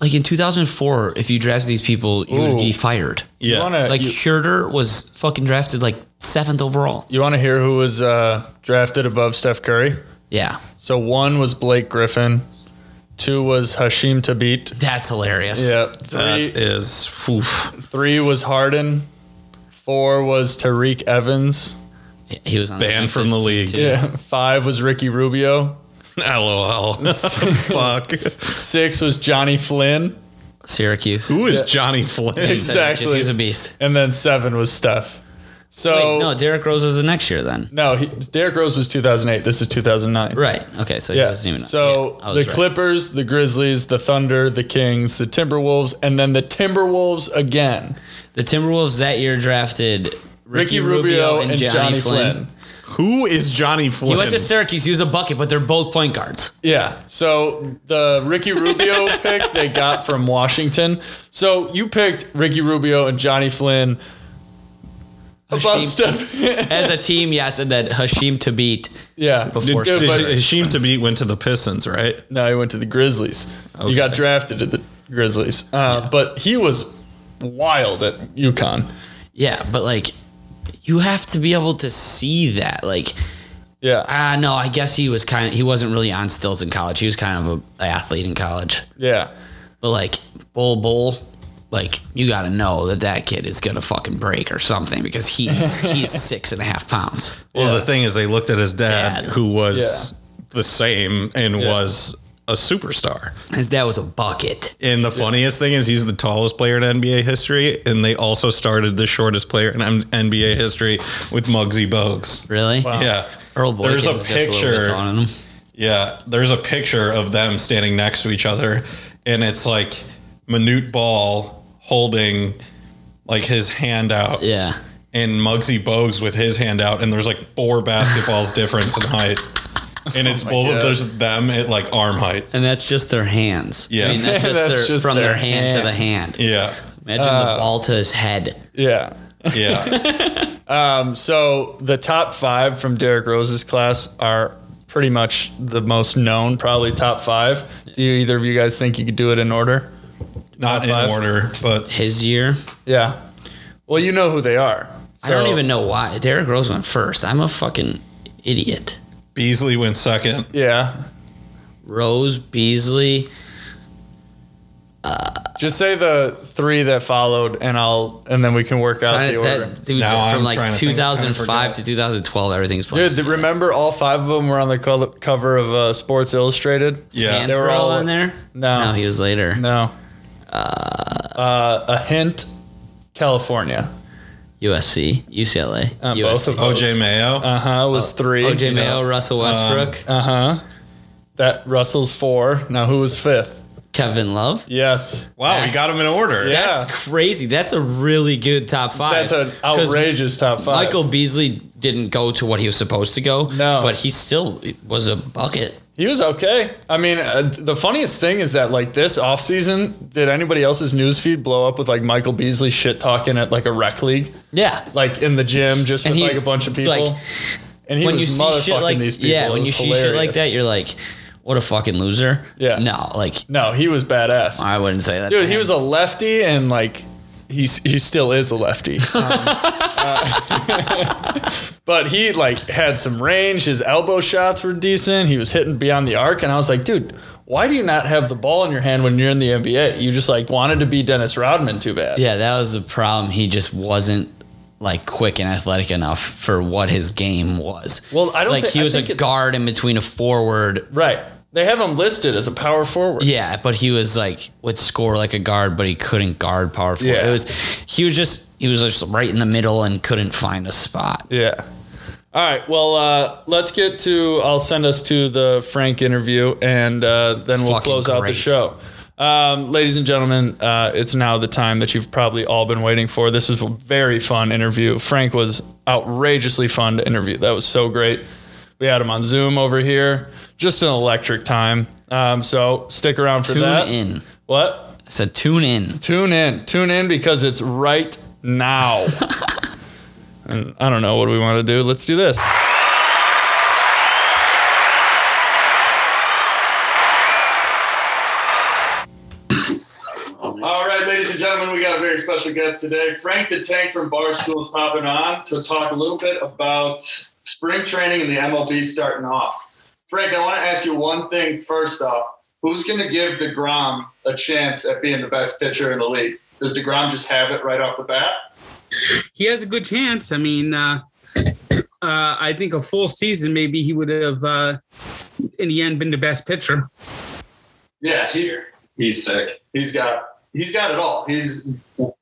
Like in 2004, if you drafted these people, you Ooh. would be fired. yeah. You wanna- Like you- Herder was fucking drafted like seventh overall. you want to hear who was uh, drafted above Steph Curry? Yeah, So one was Blake Griffin, two was Hashim Tabit. that's hilarious. Yeah, that three is oof. three was Harden, four was Tariq Evans. he was on the Banned from Memphis the team, league. too. Yeah, five was Ricky Rubio. LOL. Fuck. Six was Johnny Flynn, Syracuse. Who is Johnny Flynn? Exactly. Syracuse, He's a beast. and then seven was Steph. So Wait, no, Derrick Rose was the next year then. no, he, Derrick Rose was 2008. This is 2009. Right. Okay. So he Yeah. wasn't even. So yeah, I the was right. Clippers, the Grizzlies, the Thunder, the Kings, the Timberwolves, and then the Timberwolves again. The Timberwolves that year drafted Ricky, Rubio, and, Johnny, Flynn. Who is Johnny Flynn? He went to Syracuse. He was a bucket, but they're both point guards. Yeah. So the Ricky Rubio pick they got from Washington. So you picked Ricky Rubio and Johnny Flynn above Hashim- Steph. As a team, yes, and then Hashim to beat. yeah. Did, Before did, Steph. Hashim Tabit went to the Pistons, right? No, he went to the Grizzlies. He got drafted to the Grizzlies. Uh, But he was wild at UConn. Yeah, but like you have to be able to see that. Like, Yeah. ah, no, I guess he was kind of he wasn't really on stilts in college. He was kind of a athlete in college. Yeah. But like Bull Bull, like you got to know that that kid is gonna fucking break or something because he's he's six and a half pounds. Well, the thing is, they looked at his dad, Dad. who was the same and was a superstar. His dad was a bucket. And the funniest thing is, he's the tallest player in NBA history, and they also started the shortest player in M- NBA history with Muggsy Bogues. Really? Yeah. Earl Boykins There's a is just a little bit picture. taller than him. Yeah, there's a picture of them standing next to each other, and it's like Manute Ball holding like his hand out, Yeah. and Muggsy Bogues with his hand out, and there's like four basketballs difference in height, and it's both Oh God. of there's them at like arm height. And that's just their hands. Yeah. I mean, that's just, That's their, just from their, their hand to the hands. hand. Yeah, Imagine the ball to his head. Yeah. yeah. So the top five from Derrick Rose's class are pretty much the most known, probably top five. Do you, either of you guys think you could do it in order? Not five. in order, but His year. Yeah. Well, you know who they are. I don't So- even know why. Derrick Rose went first. I'm a fucking idiot. Beasley went second. Yeah. Rose, Beasley. Just say the three that followed, and I'll and then we can work out Trying the to- order. that, dude, Now from I'm like trying to think. I 2005 forgot. to 2012, everything's playing. Dude, the- remember all five of them were on the col- cover of uh, Sports Illustrated? Yeah, Hansbrough they were all- on there? No. No, he was later. No. Uh, A hint, California. USC, UCLA, Uh, both USC. of those. OJ Mayo. Uh huh. Oh, Was three. OJ oh, Mayo, Russell Um, Westbrook, Uh huh. That Russell's four. Now who was fifth? Kevin Love. Yes. wow, we got him in order. Yeah. That's crazy. That's a really good top five. That's an 'Cause outrageous top five. Michael Beasley didn't go to what he was supposed to go. No. but he still was a bucket. He was okay. I mean, uh, the funniest thing is that like this offseason, did anybody else's newsfeed blow up with like Michael Beasley shit talking at like a rec league, Yeah, like in the gym, just And with he- like a bunch of people? like, and he when you was see motherfucking shit like these people. yeah, It when you was see shit like hilarious. that, you're like, what a fucking loser. Yeah. no, like no, he was badass, I wouldn't say that. to dude. He him. was a lefty, and like he's he still is a lefty. Um, uh, But he like had some range. His elbow shots were decent. He was hitting beyond the arc, and I was like, dude, why do you not have the ball in your hand when you're in the NBA? You just like wanted to be Dennis Rodman too bad. yeah, that was the problem. He just wasn't like quick and athletic enough for what his game was. Well, I don't like thi- he I was think a it's- guard in between a forward Right. They have him listed as a power forward. Yeah, but he was like would score like a guard, but he couldn't guard power forward. Yeah. It was he was just he was just right in the middle and couldn't find a spot. Yeah. All right. Well, uh, let's get to. I'll send us to the Frank interview, and uh, then we'll Fucking close out the great. show. Um, ladies and gentlemen, uh, it's now the time that you've probably all been waiting for. This was a very fun interview. Frank was outrageously fun to interview. That was so great. We had him on Zoom over here. Just an electric time. Um, so stick around for Tune that. in. What? I said, tune in. Tune in. Tune in because it's right now. and I don't know what do we want to do. Let's do this. All right, ladies and gentlemen, we got a very special guest today. Frank the Tank from Barstool is popping on to talk a little bit about spring training and the MLB starting off. Frank, I want to ask you one thing first off. Who's going to give DeGrom a chance at being the best pitcher in the league? Does DeGrom just have it right off the bat? he has a good chance. I mean, uh, uh, I think a full season, maybe he would have, uh, in the end, been the best pitcher. Yeah, he, He's sick. he's got he's got it all. He's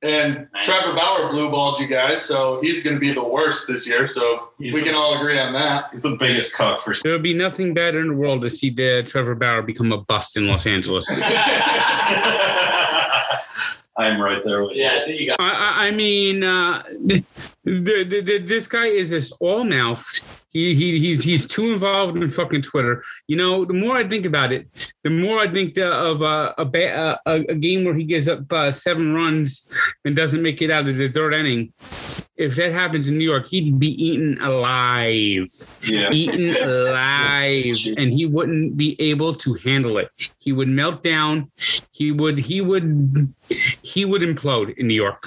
and Trevor Bauer blue balled you guys, so he's going to be the worst this year. So He's we the- can all agree on that. He's the biggest cuck for. There would be nothing better in the world to see the Trevor Bauer become a bust in Los Angeles. I, I'm right there with Yeah, I think you got. I, I mean, uh, th- th- th- this guy is this all mouth. He, he he's he's too involved in fucking Twitter. You know, the more I think about it, the more I think the, of uh, a, ba- uh, a a game where he gives up uh, seven runs and doesn't make it out of the third inning. If that happens in New York, he'd be eaten alive, you. Yeah. eaten alive, and he wouldn't be able to handle it. He would melt down. He would he would he would implode in New York.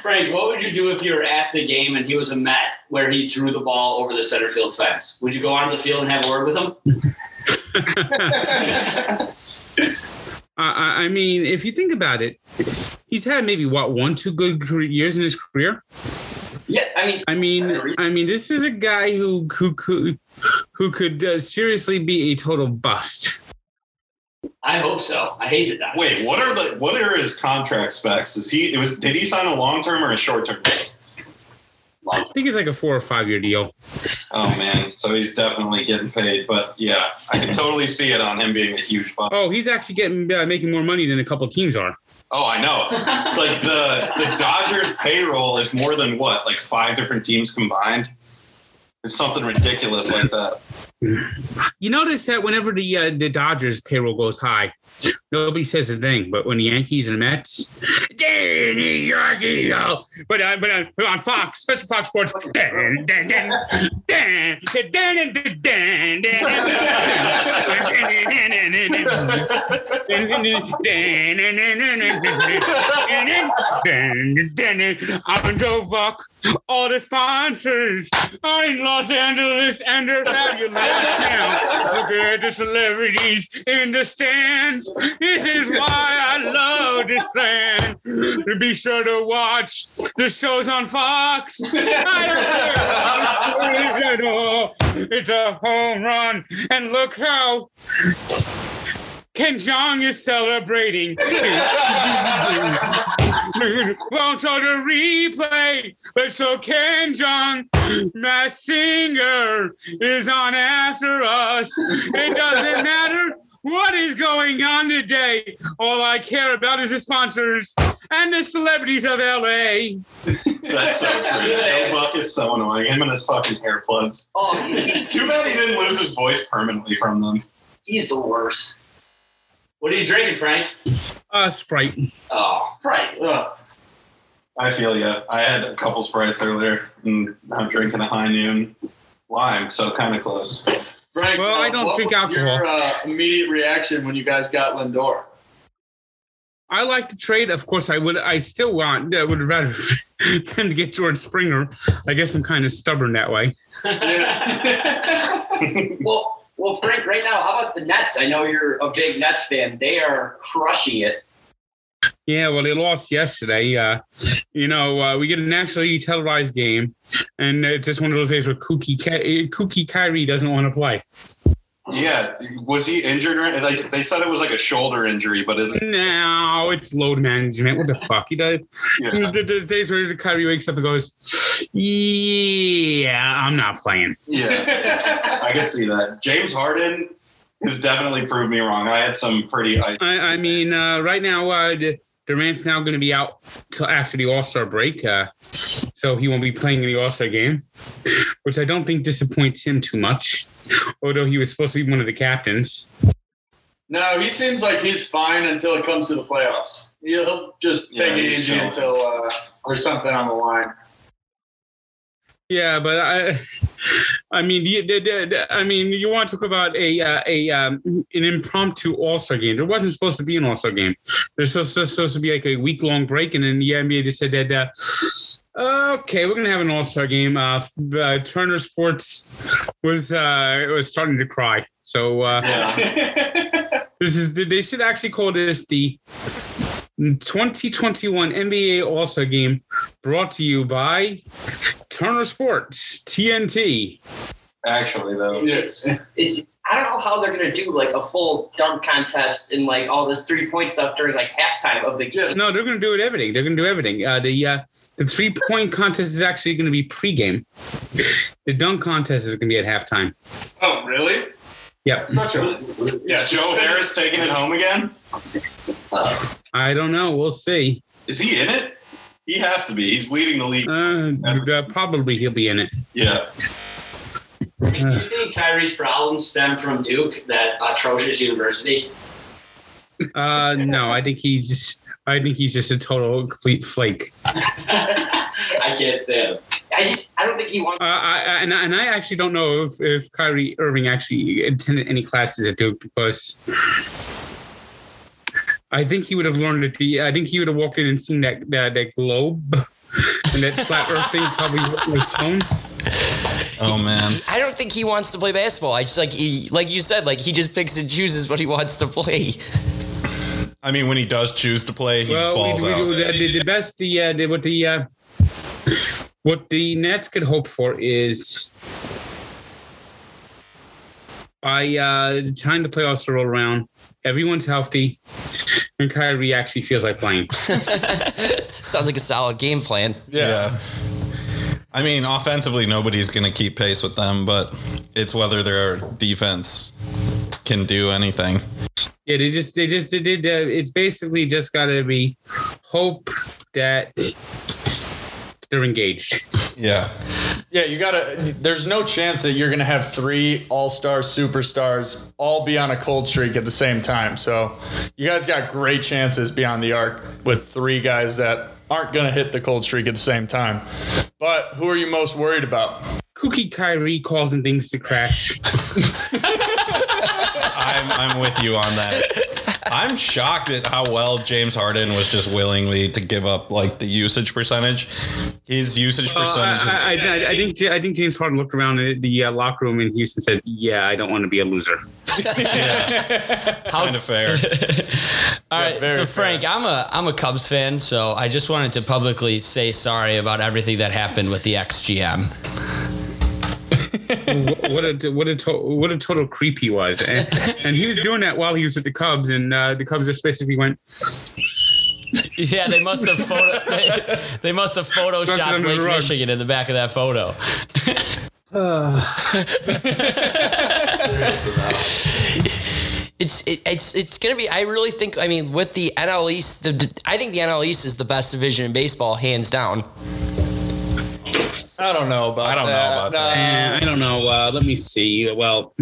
Frank, what would you do if you were at the game and he was a Met where he threw the ball over the center field fence? Would you go onto the field and have a word with him? I, I- I mean, if you think about it, he's had maybe what one, two good career years in his career. Yeah, I mean, I mean, I mean, this is a guy who who could who could uh, seriously be a total bust. I hope so. I hate the Dodgers. Wait, what are the what are his contract specs? Is he it was did he sign a long term or a short term? I think it's like a four or five year deal. Oh man, so he's definitely getting paid. But yeah, I can totally see it on him being a huge bump. Oh, he's actually getting uh, making more money than a couple teams are. Oh, I know. like the the Dodgers payroll is more than what like five different teams combined. It's something ridiculous like that. You notice that whenever the uh, the Dodgers payroll goes high, nobody says a thing. But when the Yankees and the Mets, "Dang, New York, you know." but uh, but uh, on Fox, especially Fox Sports, "Dang, dang, dang, dang, dang, dang, dang, dang, dang, dang, dang, dang, dang." I'm Joe Buck. All the sponsors are in Los Angeles and they're fabulous now. Look at the celebrities in the stands. This is why I love this land. Be sure to watch the shows on Fox. I don't care what it is at all. It's a home run. And look how Ken Jong is celebrating. Won't show the replay, but so Ken Jong, Matt Singer, is on after us. It doesn't matter what is going on today. All I care about is the sponsors and the celebrities of LA. That's so true. Joe Buck is so annoying. Him and his fucking hair plugs. Oh, he- Too bad he didn't lose his voice permanently from them. he's the worst. What are you drinking, Frank? Uh, Sprite. Oh, Frank. Uh, Ugh. I feel ya. I had a couple sprites earlier, and I'm drinking a high noon lime, so kind of close. Frank, Well, I don't what drink was Your alcohol. uh, immediate reaction when you guys got Lindor. I like to trade. Of course, I would. I still want. I would rather than get George Springer. I guess I'm kind of stubborn that way. well, well, Frank. Right now, how about the Nets? I know you're a big Nets fan. They are crushing it. Yeah, well, they lost yesterday. Uh, you know, uh, we get a nationally televised game, and it's just one of those days where Kooky Ky- Kooky Kyrie doesn't want to play. Yeah, was he injured? Or, like, they said it was like a shoulder injury, but isn't? No, it's load management. What the fuck? He does. Yeah, There's there's days where Kyrie wakes up and goes, "Yeah, I'm not playing." yeah, I can see that. James Harden has definitely proved me wrong. I had some pretty ice. I, I mean, uh, right now, uh, D- Durant's now going to be out till after the All Star break, uh, so he won't be playing in the All Star game, which I don't think disappoints him too much. Although he was supposed to be one of the captains. No, he seems like he's fine until it comes to the playoffs. He'll just Yeah, take it he's easy chilling. until uh, there's something on the line. Yeah, but I, I mean, you, the- the- the- I mean, you want to talk about a uh, a um, an impromptu All Star game? There wasn't supposed to be an All Star game. There's supposed, supposed- supposed to be like a week long break, and then the NBA just said that. Uh, Okay, we're gonna have an All Star game. Uh, f- uh, Turner Sports was uh, was starting to cry. So uh, Yeah, this is they should actually call this the 2021 NBA All Star Game, brought to you by Turner Sports TNT. actually though. Yes. It, I don't know how they're gonna do like a full dunk contest and like all this three point stuff during like halftime of the game. No, they're going to do it everything. They're going to do everything. Uh, the uh, the three point contest is actually going to be pregame. The dunk contest is going to be at halftime. Oh, really? Yep. Such a yeah. Is Joe Harris taking it home again? I don't know. We'll see. Is he in it? He has to be. He's leading the league. Uh, uh, probably he'll be in it. Yeah. Do you think Kyrie's problems stem from Duke, that atrocious university? Uh, no, I think he's just. I think he's just a total complete flake. I can't stand him. I just I don't think he wants. Uh, I, I, and, I- and I actually don't know if, if Kyrie Irving actually attended any classes at Duke because I think he would have learned that the I think he would have walked in and seen that that, that globe and that flat Earth thing probably wasn't his phone. Oh man. I don't think he wants to play basketball. I just like he, like you said, like he just picks and chooses what he wants to play. I mean, when he does choose to play, he Well, balls we, out. we, the, the- the best the, uh, the what the uh, what the Nets could hope for is by uh, time the playoffs roll around, everyone's healthy, and Kyrie actually feels like playing. Sounds like a solid game plan. yeah. I mean, offensively, nobody's going to keep pace with them, but it's whether their defense can do anything. Yeah, they just they just they did. Uh, it's basically just got to be hope that they're engaged. Yeah. Yeah, you gotta. There's no chance that you're gonna have three all-star superstars all be on a cold streak at the same time. So you guys got great chances beyond the arc with three guys that aren't gonna hit the cold streak at the same time. But who are you most worried about? Kooky Kyrie causing things to crash. I'm, I'm with you on that. I'm shocked at how well James Harden was just willingly to give up like the usage percentage. His usage Well, percentage is I, I, I, I think I think James Harden looked around at the uh, locker room in Houston and said, "Yeah, I don't want to be a loser." kind of fair. All right, very so Frank, I'm a I'm a Cubs fan, so I just wanted to publicly say sorry about everything that happened with the ex GM. what a what a to, what a total creep he was, and, and he was doing that while he was with the Cubs, and uh, the Cubs just basically went Yeah, they must have photo. They, they must have Stuck it photoshopped under the Lake rug. Michigan in the back of that photo. It's it, it's it's gonna be. I really think. I mean, with the NL East, the, I think the NL East is the best division in baseball, hands down. I don't know about I don't know about that. Uh, I don't know. Uh, let me see. Well,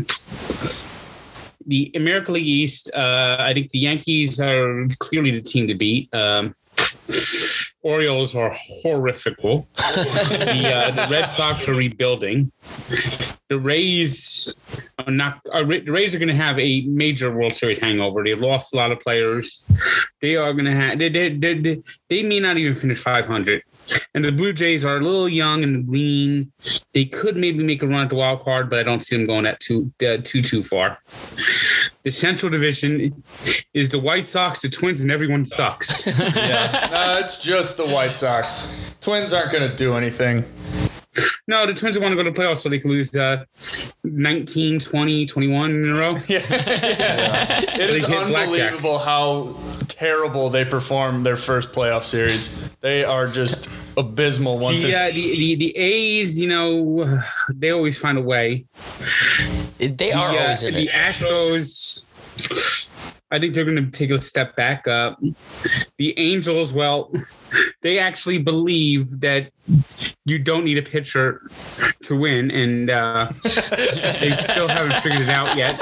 the American League East. Uh, I think the Yankees are clearly the team to beat. Um, Orioles are horrifical. the, uh, the Red Sox are rebuilding. The Rays are not. Are, the Rays are going to have a major World Series hangover. They've lost a lot of players. They are going to have. They, they, they, they, they may not even finish 500. And the Blue Jays are a little young and green they could maybe make a run at the wild card, but I don't see them going that too uh, too too far. The Central Division is the White Sox, the Twins, and everyone sucks. No, it's just the White Sox. Twins aren't going to do anything. no, the Twins want to go to the playoffs so they can lose uh, 19, 20, 21 in a row. It is hit blackjack. unbelievable how terrible they perform their first playoff series. They are just abysmal once The, uh, it's. the, the, the A's, you know, they always find a way. They are the, uh, always in the it. Astros. I think they're going to take a step back up. The Angels, well, they actually believe that you don't need a pitcher to win, and uh, they still haven't figured it out yet.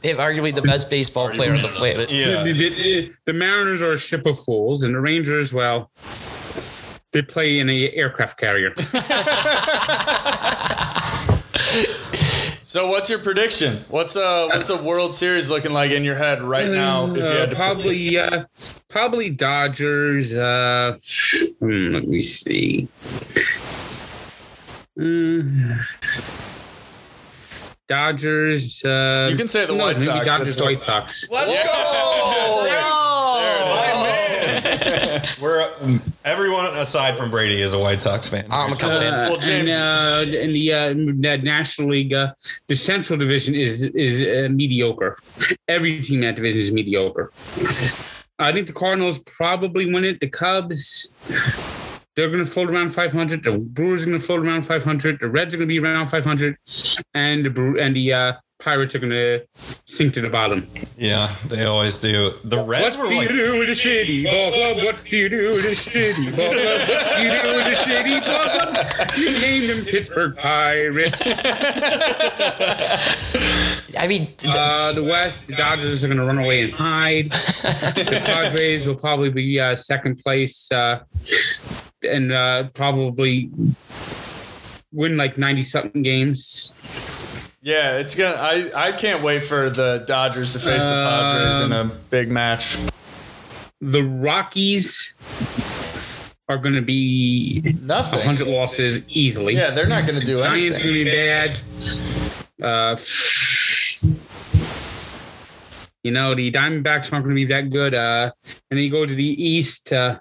They have arguably the best baseball player on the planet. The, Yeah. the- the Mariners are a ship of fools, and the Rangers, well, they play in a aircraft carrier. So, what's your prediction? What's uh, a what's a World Series looking like in your head right now? If you Uh, had to, probably, uh, probably Dodgers. Uh, hmm, let me see. Mm. Dodgers. Uh, You can say the who White knows, maybe Sox, Dodgers, that's what- White Sox. Let's go. We're everyone aside from Brady is a White Sox fan. I'm a Cubs Uh, fan. Well, James- and, uh, in the uh, the National League, uh, the Central Division is is uh, mediocre. Every team in that division is mediocre. I think the Cardinals probably win it. The Cubs, they're going to float around 500. The Brewers are going to float around 500. The Reds are going to be around 500, and the Brew- and the uh, Pirates are going to sink to the bottom. Yeah, they always do. The Reds were what do you like do with the city? Ball club? What do you do with the city? Ball club? What do you do with the city? Ball club? You name them Pittsburgh Pirates. I mean, d- Uh, the West, the Dodgers are going to run away and hide. the Padres will probably be uh, second place uh, and uh, probably win like 90 something games. yeah, it's gonna. I I can't wait for the Dodgers to face the Padres in a big match. The Rockies are going to be Nothing. 100 losses easily. Yeah, they're not going to do Giants are anything. going to be bad. Uh, you know, the Diamondbacks aren't going to be that good. Uh, and then you go to the East. Uh,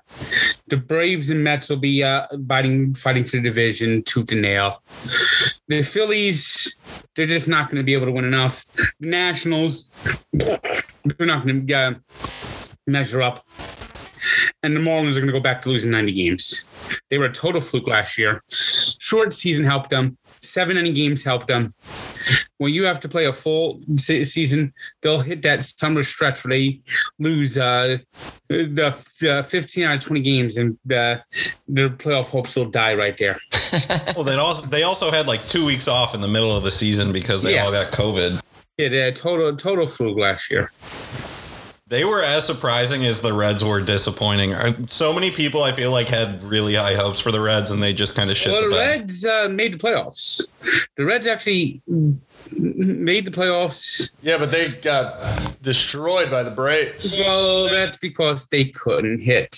the Braves and Mets will be uh, fighting, fighting for the division tooth and nail. The Phillies, they're just not going to be able to win enough. The Nationals, they're not going to uh, measure up. And the Marlins are going to go back to losing 90 games. They were a total fluke last year. Short season helped them. Seven inning games helped them. When you have to play a full se- season, they'll hit that summer stretch where they lose uh, the the 15 out of 20 games, and uh, their playoff hopes will die right there. well. They also they also had like two weeks off in the middle of the season because they Yeah. all got COVID. Yeah, they had a total total fluke last year. They were as surprising as the Reds were disappointing. Uh, So many people I feel like had really high hopes for the Reds and they just kind of shit Well, the the bed. Reds uh, made the playoffs. The Reds actually made the playoffs. Yeah, but they got destroyed by the Braves. Well, that's because they couldn't hit.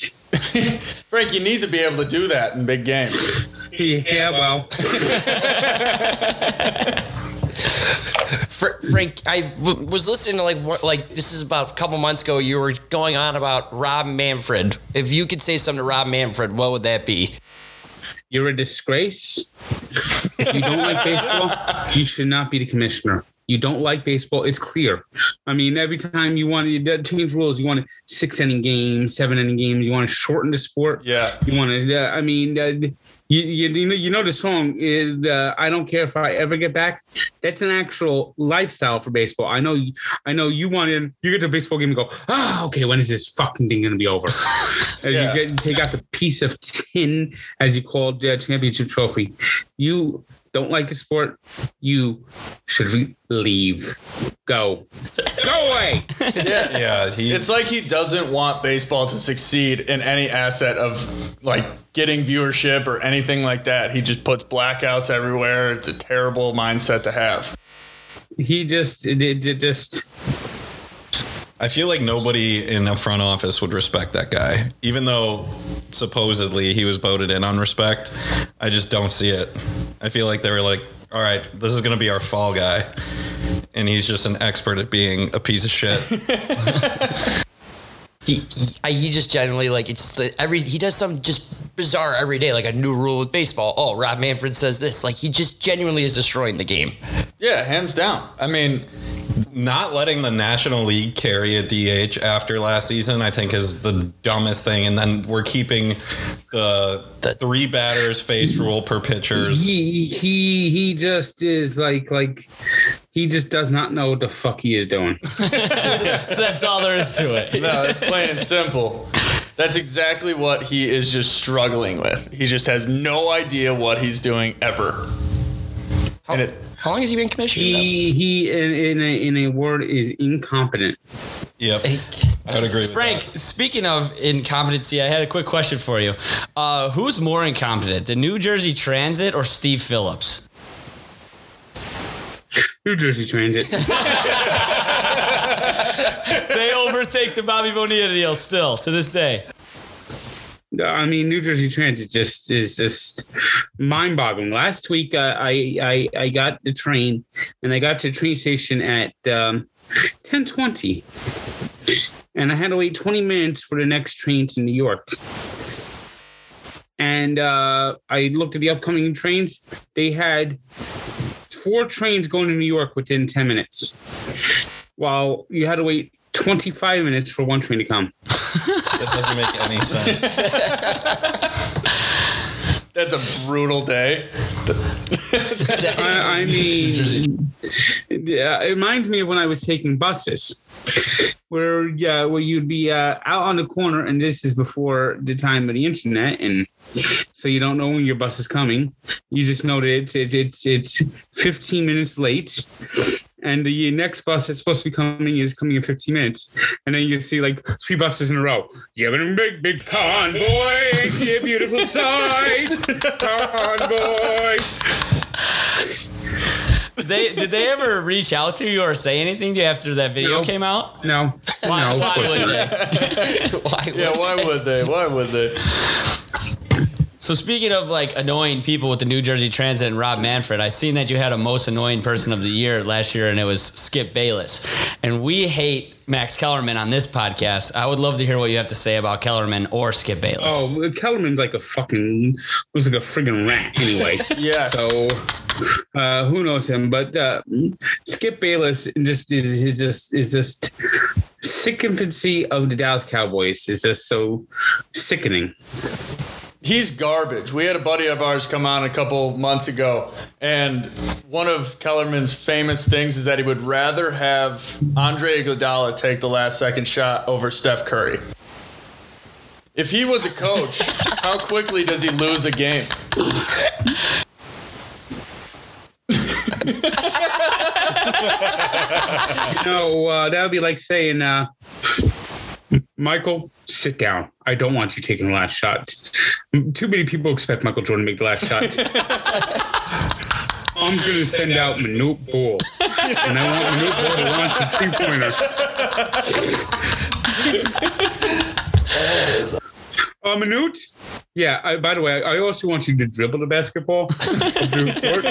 Frank, you need to be able to do that in big games. Yeah, well, Fr- Frank, I w- was listening to like what- like this is about a couple months ago. You were going on about Rob Manfred. If you could say something to Rob Manfred, what would that be? You're a disgrace. if you don't like baseball, you should not be the commissioner. You don't like baseball. It's clear. I mean, every time you want to change rules, you want six inning games, seven inning games. You want to shorten the sport. Yeah. You want to. Uh, I mean, uh, you, you you know you know the song. It, uh, I don't care if I ever get back. That's an actual lifestyle for baseball. I know. I know you want in. You get to a baseball game and go. Ah, okay. When is this fucking thing gonna be over? as Yeah. you get, take out the piece of tin, as you call the championship trophy. You don't like the sport. You should leave. Go. Go away. Yeah, he, It's like he doesn't want baseball to succeed in any asset of like getting viewership or anything like that. He just puts blackouts everywhere. It's a terrible mindset to have. He just it, it it just I feel like nobody in the front office would respect that guy, even though supposedly he was voted in on respect. I just don't see it. I feel like they were like, all right, this is going to be our fall guy. And he's just an expert at being a piece of shit. he, he, I- he just generally like it's the, every he does some just bizarre every day like a new rule with baseball. Oh, Rob Manfred says this like he just genuinely is destroying the game. Yeah, hands down. I mean, Not letting the National League carry a DH after last season, I think, is the dumbest thing. And then we're keeping the, three batters face rule per pitchers. he he he just is like like he just does not know what the fuck he is doing. That's all there is to it. no, Uh, it's plain and simple. That's exactly what he is just struggling with. He just has no idea what he's doing ever. And it, How long has he been commissioner? now? He he in, in a in a word is incompetent. Yep. I would agree with Frank, that. speaking of incompetency, I had a quick question for you. Uh, who's more incompetent, the New Jersey Transit or Steve Phillips? New Jersey Transit. They overtake the Bobby Bonilla deal still to this day. I mean, New Jersey Transit just is just mind-boggling. Last week, uh, I I I got the train, and I got to the train station at um, ten twenty, and I had to wait twenty minutes for the next train to New York. And uh, I looked at the upcoming trains. They had four trains going to New York within ten minutes, while you had to wait twenty-five minutes for one train to come. That doesn't make any sense. that's a brutal day. I, I mean, yeah, it reminds me of when I was taking buses, where yeah, where you'd be uh, out on the corner, and this is before the time of the internet, and so you don't know when your bus is coming. You just know that it's it's it's, it's 15 minutes late. And the next bus that's supposed to be coming is coming in 15 minutes. And then you see like three buses in a row. You have a big, big convoy. See a beautiful sight. Convoy. They did they ever reach out to you or say anything to you after that video No. came out? No. Why- no, of why would course not. they? Why Yeah, why would they? Why would they? So speaking of like annoying people with the New Jersey Transit and Rob Manfred, I seen that you had a most annoying person of the year last year, and it was Skip Bayless. And we hate Max Kellerman on this podcast. I would love to hear what you have to say about Kellerman or Skip Bayless. Oh, well, Kellerman's like a fucking was like a friggin' rat anyway. Yeah. So uh, who knows him? But uh, Skip Bayless just is, is just is just sycophancy of the Dallas Cowboys is just so sickening. he's garbage. We had a buddy of ours come on a couple months ago, and one of Kellerman's famous things is that he would rather have Andre Iguodala take the last second shot over Steph Curry. If he was a coach, how quickly does he lose a game? No, uh, that would be like saying, uh, Michael, sit down. I don't want you taking the last shot. Too many people expect Michael Jordan to make the last shot. I'm going to send out Manute Ball. And I want Manute Ball to launch a three pointer. Uh, Manute? Yeah, I, by the way, I, I also want you to dribble the basketball. Through court.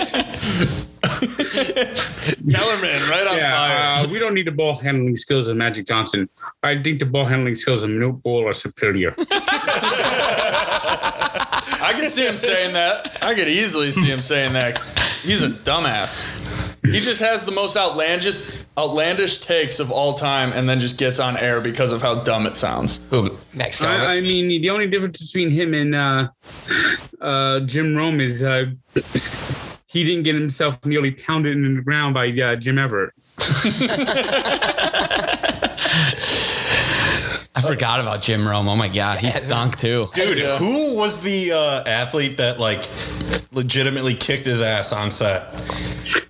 Kellerman, right on fire. Yeah, uh, we don't need the ball handling skills of Magic Johnson. I think the ball handling skills of Manute Ball are superior. I can see him saying that. I could easily see him saying that. He's a dumbass. He just has the most outlandish, outlandish takes of all time, and then just gets on air because of how dumb it sounds. Who, Max Kellerman? I, I mean, the only difference between him and uh, uh, Jim Rome is uh, he didn't get himself nearly pounded into the ground by uh, Jim Everett. I forgot about Jim Rome. Oh my god, he stunk too. Dude, who was the uh, athlete that like legitimately kicked his ass on set?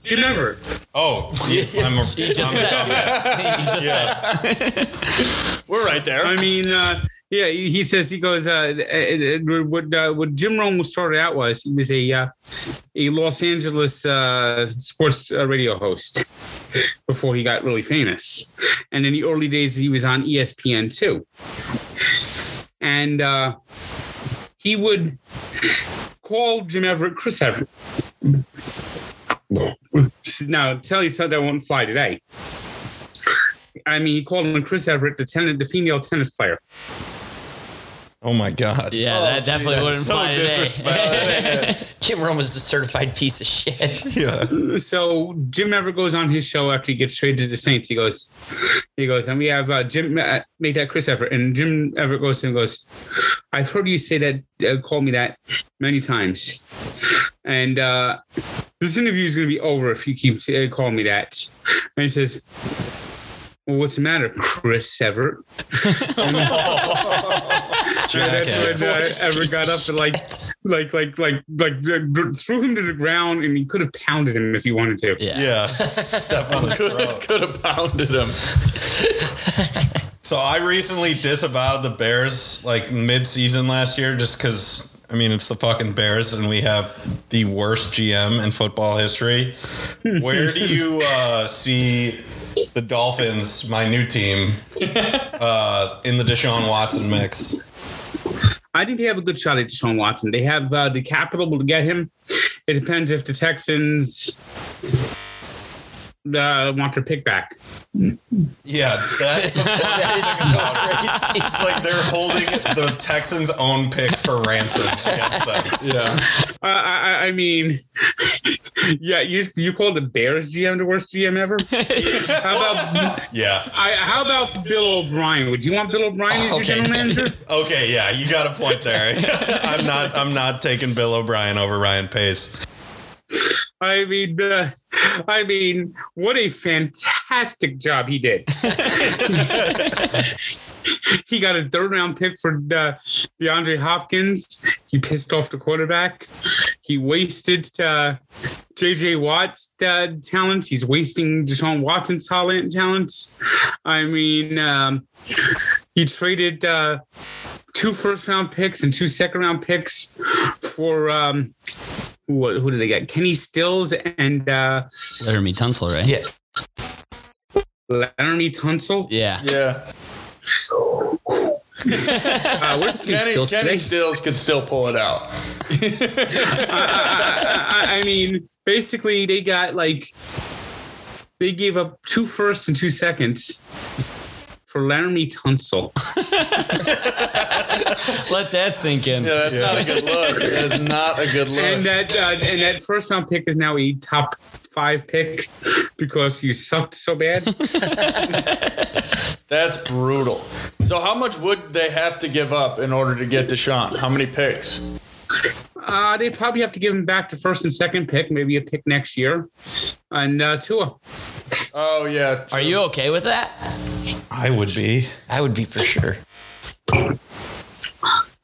Jim Everett. Oh, I'm a, I'm a dumbass. We're right there. I mean, uh, yeah, he says he goes. Uh, it- it- what uh, what Jim Rome started out was he was a uh, a Los Angeles uh, sports uh, radio host before he got really famous, and in the early days he was on E ESPN too, and uh, he would call Jim Everett Chris Everett. Now tell you something that won't fly today. I mean, he called him Chris Everett, the tennis, the female tennis player. Oh my god. Yeah, that definitely wouldn't So fly today. disrespectful. Jim Rome was a certified piece of shit. yeah. so Jim Everett goes on his show after he gets traded to the Saints. He goes, he goes, and we have uh, Jim uh, make that Chris Everett, and Jim Everett goes and goes. I've heard you say that, uh, call me that many times, and uh, this interview is going to be over if you keep uh, calling me that. And he says. Well, what's the matter, Chris Everett? Jackass. And uh, Everett got up and like, like, like, like, like, uh, threw him to the ground, and he could have pounded him if he wanted to. Yeah. Step on his throat. Could have pounded him. So I recently disavowed the Bears like mid-season last year just because I mean it's the fucking Bears and we have the worst GM in football history. Where do you uh, see the Dolphins, my new team, uh, in the Deshaun Watson mix? I think they have a good shot at Deshaun Watson. They have uh, the capital to get him. It depends if the Texans uh, want their pick back. Yeah, that's the fucking That is so crazy. It's like they're holding the Texans' own pick for ransom against them. Yeah. Uh, I, I- I mean, yeah, you you called the Bears GM the worst GM ever. how about Yeah. I, how about Bill O'Brien? Would you want Bill O'Brien as your Okay. general manager? Okay. Yeah, you got a point there. I'm not. I'm not taking Bill O'Brien over Ryan Pace. I mean, uh, I mean, what a fantastic job he did. he got a third round pick for uh, DeAndre Hopkins. He pissed off the quarterback. He wasted uh, JJ Watt's uh, talents. He's wasting Deshaun Watson's talent talents. I mean, um, he traded uh, two first round picks and two second round picks for. Um, what, who did they get? Kenny Stills and uh, Laramie Tunsil, right? Yeah. Laramie Tunsil. Yeah. Yeah. Uh, where's Kenny, Kenny, Stills? Kenny today? Stills could still pull it out. I, I- I mean, basically, they got like they gave up two firsts and two seconds for Laramie Tunsil. Let that sink in. Yeah, that's not a good look. That is not a good look. and that uh, and that first round pick is now a top five pick because you sucked so bad. That's brutal. So, how much would they have to give up in order to get Deshaun? How many picks? uh, they probably have to give him back to first and second pick, maybe a pick next year, and uh, Tua. Oh yeah, Are you okay with that? I would be. I would be for sure.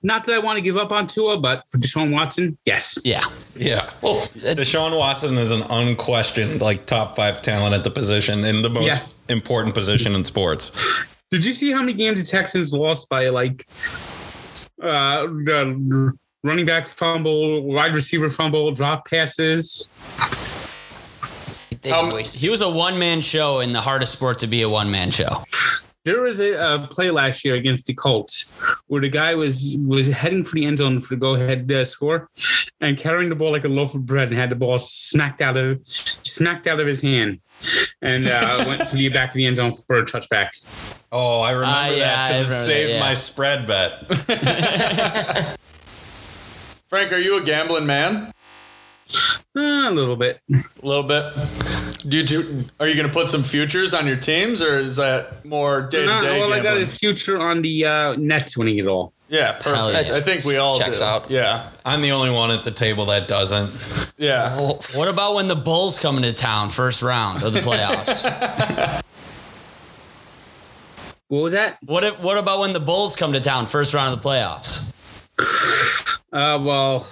Not that I want to give up on Tua, but for Deshaun Watson, yes. Yeah. Yeah. Well, that- Deshaun Watson is an unquestioned like top five talent at the position in the most Yeah. important position in sports. Did you see how many games the Texans lost by like uh the running back fumble, wide receiver fumble, drop passes? they Um, wasted. He was a one man show in the hardest sport to be a one man show. There was a, uh play last year against the Colts where the guy was was heading for the end zone for the go ahead uh, score and carrying the ball like a loaf of bread and had the ball smacked out of smacked out of his hand and uh, went to the back of the end zone for a touchback. Oh, I remember Ah, yeah, that I because it remember that, saved my spread yeah. bet. Frank, are you a gambling man? Uh, a little bit. A little bit. Do you do, are you going to put some futures on your teams, or is that more day to Not, day Uh, all I got gambling? is future on the uh, Nets winning it all. yeah, perfect. Hell yes. I think we all Checks do. out. Yeah, I'm the only one at the table that doesn't. yeah. Well, what about when the Bulls come into town first round of the playoffs? What was that? what if, What about when the Bulls come to town first round of the playoffs? Uh, well,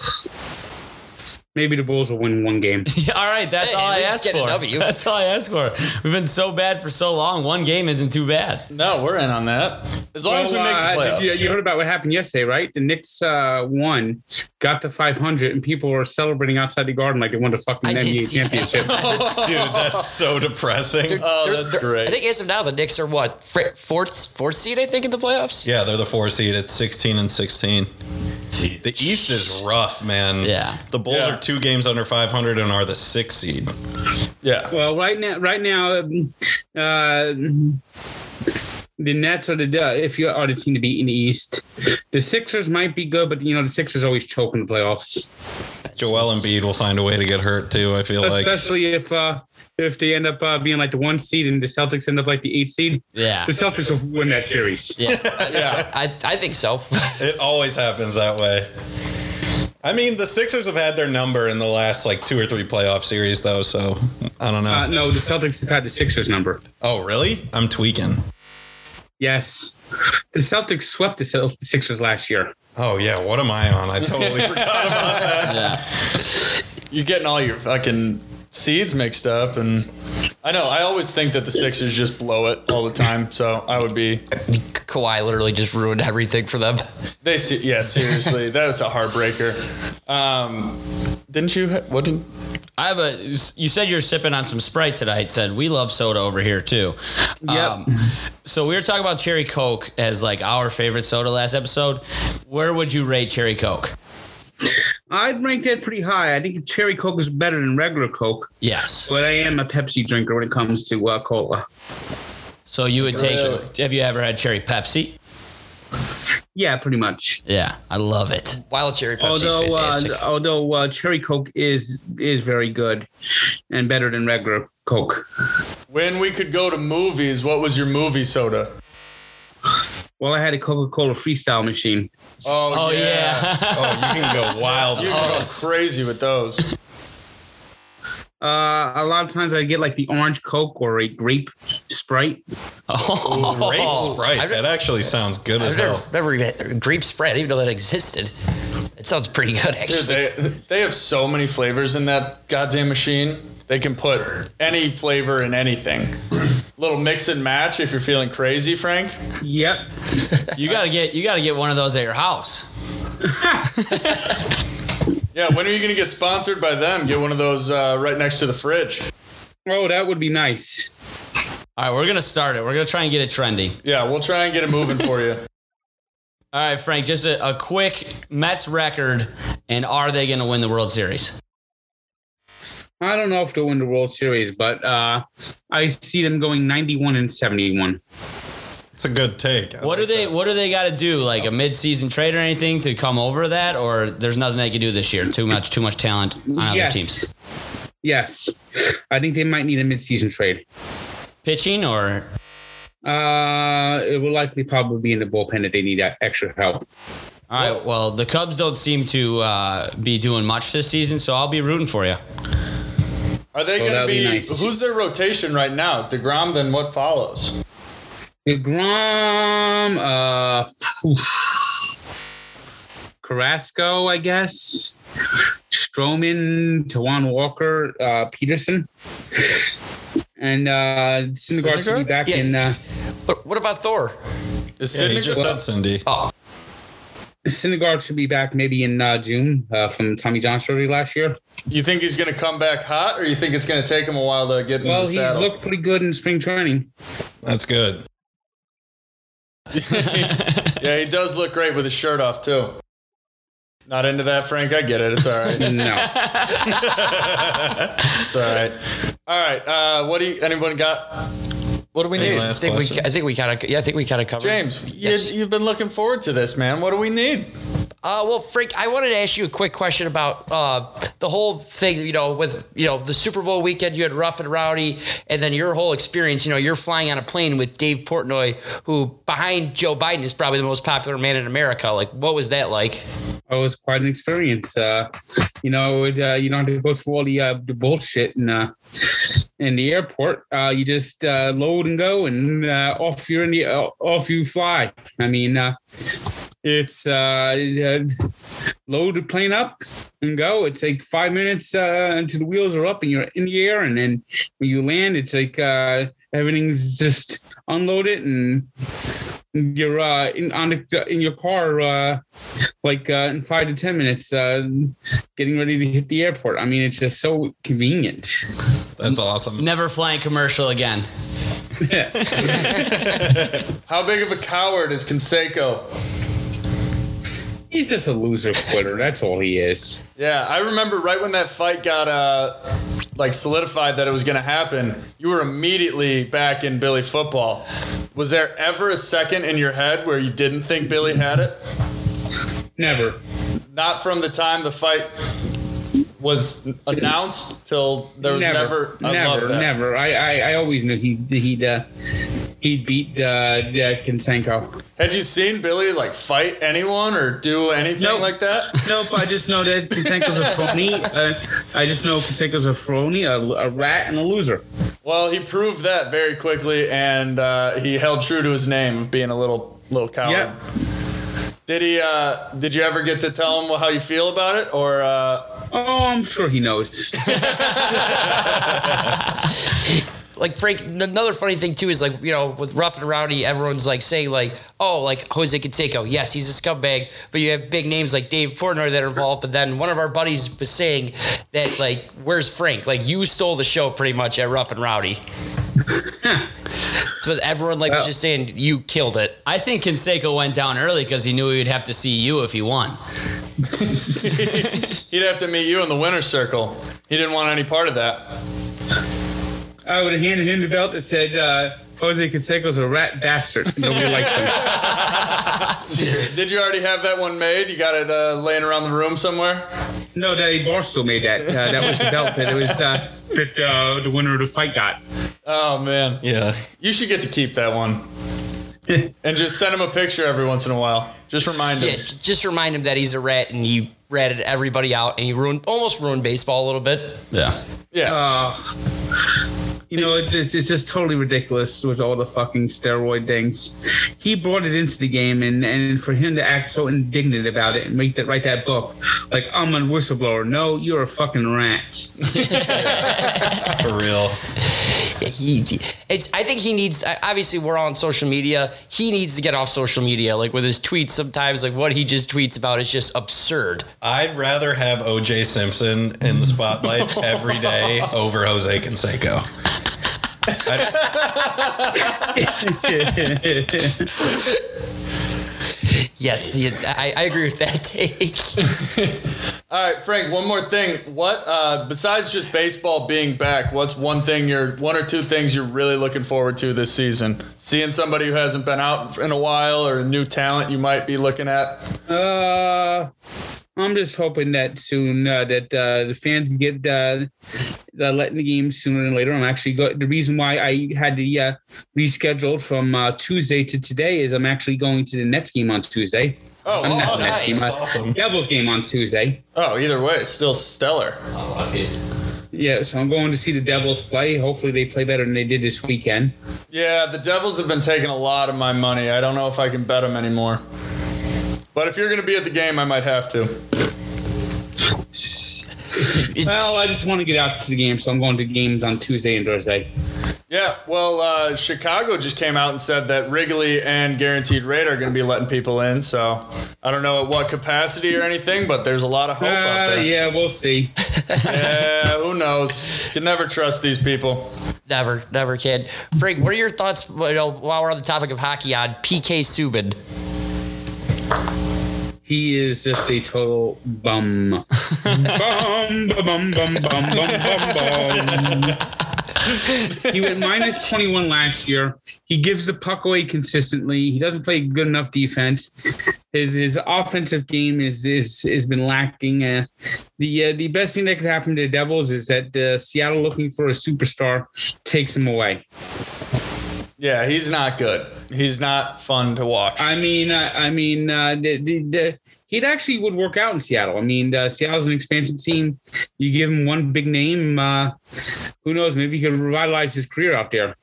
maybe the Bulls will win one game. Yeah, all right, that's Hey, all I let's asked get a for. W. That's all I asked for. We've been so bad for so long. One game isn't too bad. No, we're in on that. As long as we Well, make uh, the playoffs. you, you heard about what happened yesterday, right? The Knicks uh, won, got to 500, and people were celebrating outside the garden like they won the fucking I did NBA see that. championship. Dude, that's so depressing. Oh, that's great. I think as of now, the Knicks are what fr- fourth fourth seed, I think, in the playoffs. Yeah, they're the four seed at 16 and 16. The East is rough, man. Yeah. The Bulls Yeah. are two games under 500 and are the six seed. yeah. well, right now, right now, um, uh, the Nets are the uh, if you are the team to beat in the East. The Sixers might be good, but you know the Sixers always choke in the playoffs, Joel Embiid will find a way to get hurt too. I feel like especially if uh, if they end up uh, being like the one seed and the Celtics end up like the eight seed. Yeah. The Celtics will win that series. I, I think so. it always happens that way. I mean, the Sixers have had their number in the last like two or three playoff series though, so I don't know. Uh, no, the Celtics have had the Sixers number. oh, really? I'm tweaking. Yes. The Celtics swept the Cel- Sixers last year. Oh yeah, what am I on? I totally forgot about that. You're getting all your fucking seeds mixed up, and I know. I always think that the Sixers just blow it all the time. So I would be. Kawhi literally just ruined everything for them. They se- yeah, seriously, that was a heartbreaker. Um, didn't you? ha- What did? I have a. You said you're sipping on some Sprite tonight. Said we love soda over here too. Um, Yep. so we were talking about cherry Coke as like our favorite soda last episode. Where would you rate cherry Coke? I'd rank that pretty high. I think cherry Coke is better than regular Coke, Yes. but I am a Pepsi drinker when it comes to uh, cola. So you would take. Really? Have you ever had cherry Pepsi? Yeah, pretty much. Yeah, I love it. Wild cherry Pepsi's Although, uh, fantastic. although uh, cherry Coke is is very good and better than regular Coke. When we could go to movies, what was your movie soda? Well, I had a Coca Cola freestyle machine. Oh, Oh yeah. yeah. Oh, you can go wild. You can go crazy with those. Uh, a lot of times I get like the orange Coke or a grape Sprite. Great Sprite. That actually sounds good as I've hell. Oh. never, never even had grape spread. I didn't even know that existed. It sounds pretty good, Dude, actually. they, they have so many flavors in that goddamn machine. They can put any flavor in anything. Little mix and match if you're feeling crazy, Frank. Yep. you gotta get. You gotta get one of those at your house. Yeah, when are you going to get sponsored by them? Get one of those uh, right next to the fridge. Oh, that would be nice. All right, we're gonna start it. We're gonna try and get it trending. Yeah, we'll try and get it moving for you. All right, Frank, just a, a quick Mets record, and are they going to win the World Series? I don't know if they'll win the World Series, but uh, I see them going 91 and 71. It's a good take. I What do like they What do they got to do, like a midseason trade or anything, to come over that? Or there's nothing they can do this year. Too much, too much talent on other teams. Yes. I think they might need a midseason trade. Pitching or Uh, it will likely probably be in the bullpen that they need that extra help. all right. Well, the Cubs don't seem to uh, be doing much this season, so I'll be rooting for you. Are Oh, they going to that'd be be, nice. who's their rotation right now? DeGrom, then what follows? DeGrom, uh, oof. Carrasco, I guess. Stroman, Tawan Walker, uh, Peterson. And uh, Syndergaard should be back Yeah. in. Uh, But what about Thor? Is Yeah, he Syndergaard- just said Cindy. Syndergaard should be back maybe in uh, June uh, from Tommy John surgery last year. You think he's going to come back hot, or you think it's going to take him a while to get in Well, the he's saddle? looked pretty good in spring training. That's good. yeah, he does look great with his shirt off too. Not into that, Frank. I get it. It's all right. No, It's all right. All right. Uh, what do you, anyone got? What do we Any need? last I think we, questions? I think we kind of, yeah, I think we kind of covered. James, Yes. you, you've been looking forward to this, man. What do we need? Uh, well, Frank, I wanted to ask you a quick question about uh, the whole thing. You know, with you know the Super Bowl weekend, you had Rough and Rowdy, and then your whole experience. You know, you're flying on a plane with Dave Portnoy, who behind Joe Biden is probably the most popular man in America. Like, what was that like? it was quite an experience. Uh, you know, it, uh, you don't have to go through all the, uh, the bullshit and uh, in the airport. Uh, you just uh, load and go, and uh, off you're in the uh, off you fly. I mean, uh, it's uh, it, uh, load the plane up and go. It take five minutes uh, until the wheels are up and you're in the air, and then when you land, it's like uh, everything's just unloaded and. You're uh, in on the, in your car uh, like uh, in five to ten minutes, uh, getting ready to hit the airport. I mean, it's just so convenient. That's awesome. Never flying commercial again. How big of a coward is Conseco? He's just a loser quitter. That's all he is. Yeah, I remember right when that fight got uh like solidified that it was going to happen, you were immediately back in Billy football. Was there ever a second in your head where you didn't think Billy had it? Never. Not from the time the fight was announced till there was never. never, I love never, that. never. I, I, I always knew he, he'd uh, he'd beat uh, uh, Kinsenko. Had you seen Billy like fight anyone or do anything Nope. like that? Nope, I just know that Kinsenko's a phony. Uh, I just know Kinsenko's a phony, a, a rat, and a loser. Well, he proved that very quickly, and uh, he held true to his name of being a little little coward. Yep. Did he? Uh, did you ever get to tell him how you feel about it, or uh, Oh, I'm sure he knows. like Frank, another funny thing too is like you know with Rough and Rowdy, everyone's like saying like, oh, like Jose Canseco, yes, he's a scumbag, but you have big names like Dave Portnoy that are involved. But then one of our buddies was saying that like, where's Frank? Like you stole the show pretty much at Rough and Rowdy. so everyone like was just saying you killed it. I think Conseco went down early because he knew he would have to see you if he won. he'd have to meet you in the winner's circle? He didn't want any part of that. I would have handed him the belt that said uh, Jose Canseco's a rat bastard. Nobody likes him. Did you already have that one made? You got it uh, laying around the room somewhere. No, Daddy Barstool made that. Uh, that was the belt that it was uh, that uh, the winner of the fight got. Oh man, Yeah. you should get to keep that one, and just send him a picture every once in a while. Just remind him. Yeah, j- just remind him that he's a rat and you ratted everybody out and you ruined almost ruined baseball a little bit. Yeah. Yeah. You know, it's, it's it's just totally ridiculous with all the fucking steroid things. He brought it into the game, and and for him to act so indignant about it and make that write that book, like I'm a whistleblower. No, you're a fucking rat. For real. he it's i think he needs I- obviously we're on social media he needs to get off social media like with his tweets sometimes like what he just tweets about is just absurd I'd rather have OJ Simpson in the spotlight every day over Jose Canseco. I, yes he- I, I agree with that take All right, Frank. One more thing. What uh, besides just baseball being back? What's one thing you're one or two things you're really looking forward to this season? Seeing somebody who hasn't been out in a while, or a new talent you might be looking at. Uh, I'm just hoping that soon uh, that uh, the fans get uh, the letting the game sooner than later. I'm actually go- the reason why I had the uh, rescheduled from uh, Tuesday to today is I'm actually going to the Nets game on Tuesday. Oh, I'm oh, not the Nets game, uh, Devils game on Tuesday. oh, either way, still stellar. Yeah, so I'm going to see the Devils play. Hopefully, they play better than they did this weekend. Yeah, the Devils have been taking a lot of my money. I don't know if I can bet them anymore. But if you're going to be at the game, I might have to. Well, I just want to get out to the game, so I'm going to games on Tuesday and Thursday. Yeah, well, uh, Chicago just came out and said that Wrigley and Guaranteed Rate are going to be letting people in. So I don't know at what capacity or anything, but there's a lot of hope out Uh, there. yeah, we'll see. Yeah, who knows? You can never trust these people. never never can frank what are your thoughts you know while we're on the topic of hockey on pk subin He is just a total bum. bum, ba, bum, bum, bum, bum, bum, bum. he went minus 21 last year. He gives the puck away consistently. He doesn't play good enough defense. His his offensive game is is has been lacking. Uh, the uh, the best thing that could happen to the Devils is that uh, Seattle looking for a superstar takes him away. Yeah, he's not good. He's not fun to watch. I mean, uh, I mean, uh, the, the, the, he'd actually would work out in Seattle. I mean, uh, Seattle's an expansion team. You give him one big name, uh, who knows? Maybe he could revitalize his career out there.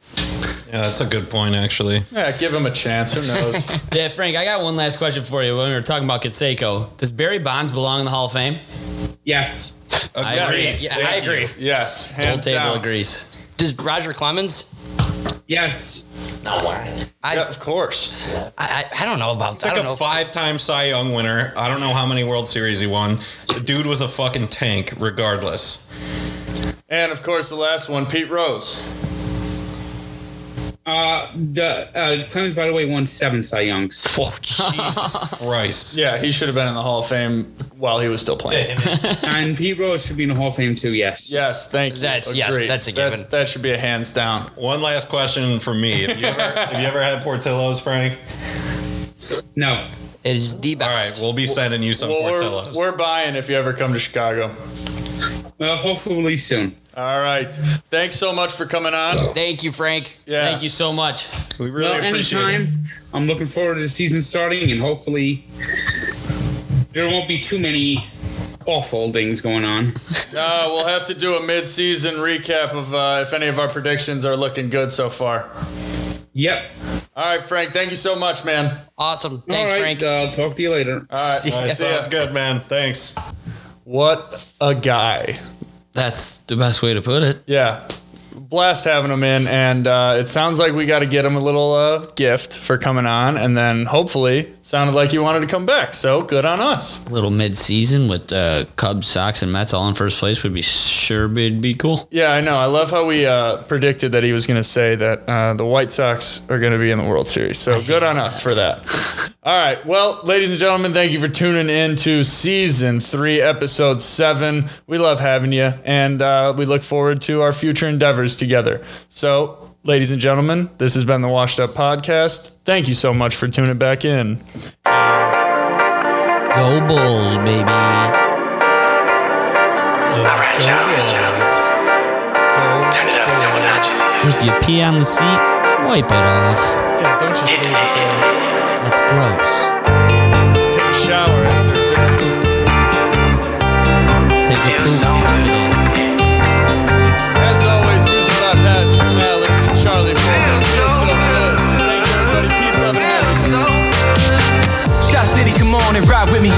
Yeah, that's a good point, actually. yeah, give him a chance. Who knows? Yeah, Frank, I got one last question for you. When we were talking about Kitseiko, does Barry Bonds belong in the Hall of Fame? Yes, I agree. Yeah, I Thank agree. yes, Whole hands table down. agrees. Does Roger Clemens? yes. I, Yeah, of course. I, I I don't know about It's that. I like don't a know. five time Cy Young winner. I don't know how many World Series he won. The dude was a fucking tank, regardless. And of course, the last one, Pete Rose. Uh, the uh, Clemens, by the way, won seven Cy Youngs. Christ. Yeah, he should have been in the Hall of Fame while he was still playing. and Pete Rose should be in the Hall of Fame too. Yes. Yes, thank you. That's- yeah, Agreed. that's a given. that should be a hands down. One last question for me. Have you ever, have you ever had Portillo's, Frank? No. It is the All right, best. we'll be sending you some Well, we're, Portillo's. we're buying if you ever come to Chicago. Well, hopefully soon. All right. Thanks so much for coming on. Thank you, Frank. Yeah. Thank you so much. we really well, appreciate it. anytime. I'm looking forward to the season starting, and hopefully there won't be too many awful things going on. Uh, we'll have to do a mid-season recap of uh, if any of our predictions are looking good so far. Yep. All right, Frank. Thank you so much, man. Awesome. Thanks, All right, Frank. uh, I'll talk to you later. All right. See All ya. right, sounds good, man. Thanks. What a guy. That's the best way to put it. Yeah. Blast having him in, and uh, it sounds like we got to get him a little uh, gift for coming on, and then hopefully sounded like you wanted to come back. So good on us. little mid-season with uh, Cubs, Sox, and Mets all in first place would be sure would be cool. Yeah, I know. I love how we uh, predicted that he was going to say that uh, the White Sox are going to be in the World Series. So good on us for that. All right. Well, ladies and gentlemen, thank you for tuning in to season three, episode seven. We love having you, and uh, we look forward to our future endeavors together. So, ladies and gentlemen, this has been the Washed Up Podcast. Thank you so much for tuning back in. Go Bulls, baby. Let's go, guys. If you pee on the seat, wipe it off. Yeah, don't you It's gross. take a shower after dinner. Take a poop today. As always, music by Patrick Mallers and Charlie Ford. Feels so good. Thank you, everybody. Peace, love, and happiness. Shot City, come on and ride with me.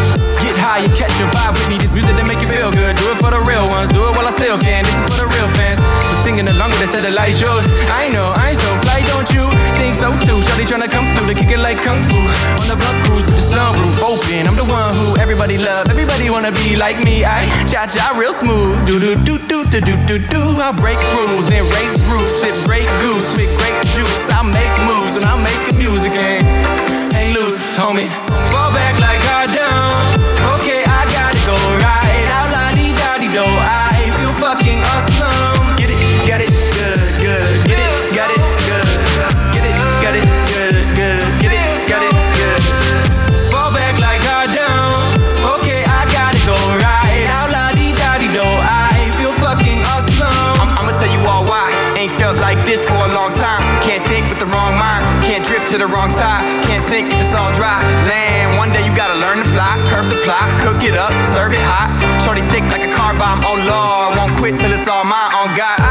Get high and catch a vibe with me. This music that make you feel good. Do it for the real ones. Do it while I still can. This is for the real fans. But singing along with the satellite shows. I know, I ain't so fly, don't you? Think so too. Shawty tryna come through to kick it like Kung Fu. On the block cruise with the sunroof open. I'm the one who everybody love. Everybody wanna be like me. I cha cha real smooth. Do do do do do do do do. I break rules and race roofs. Sip great goose with great juice. I make moves and I make the music. And hang loose, homie. Fall back like I don't. Okay, I gotta go right out. La di da di do. I feel fucking awesome. Get it, got it, good, good. Get it, got it, good. Get it, got it, good, good. Get it, got it, good. Fall back like I don't. Okay, I gotta go right out. La di da di do. I feel fucking awesome. I'm, I'ma tell you all why. Ain't felt like this for a long time. Can't think with the wrong mind. Can't drift to the wrong tide. Can't sink with this all dry. Land, one day you gotta learn to fly. Curb the plot, cook it up, serve it hot. Shorty thick like a car bomb. Oh lord, won't quit till it's all mine. On God, I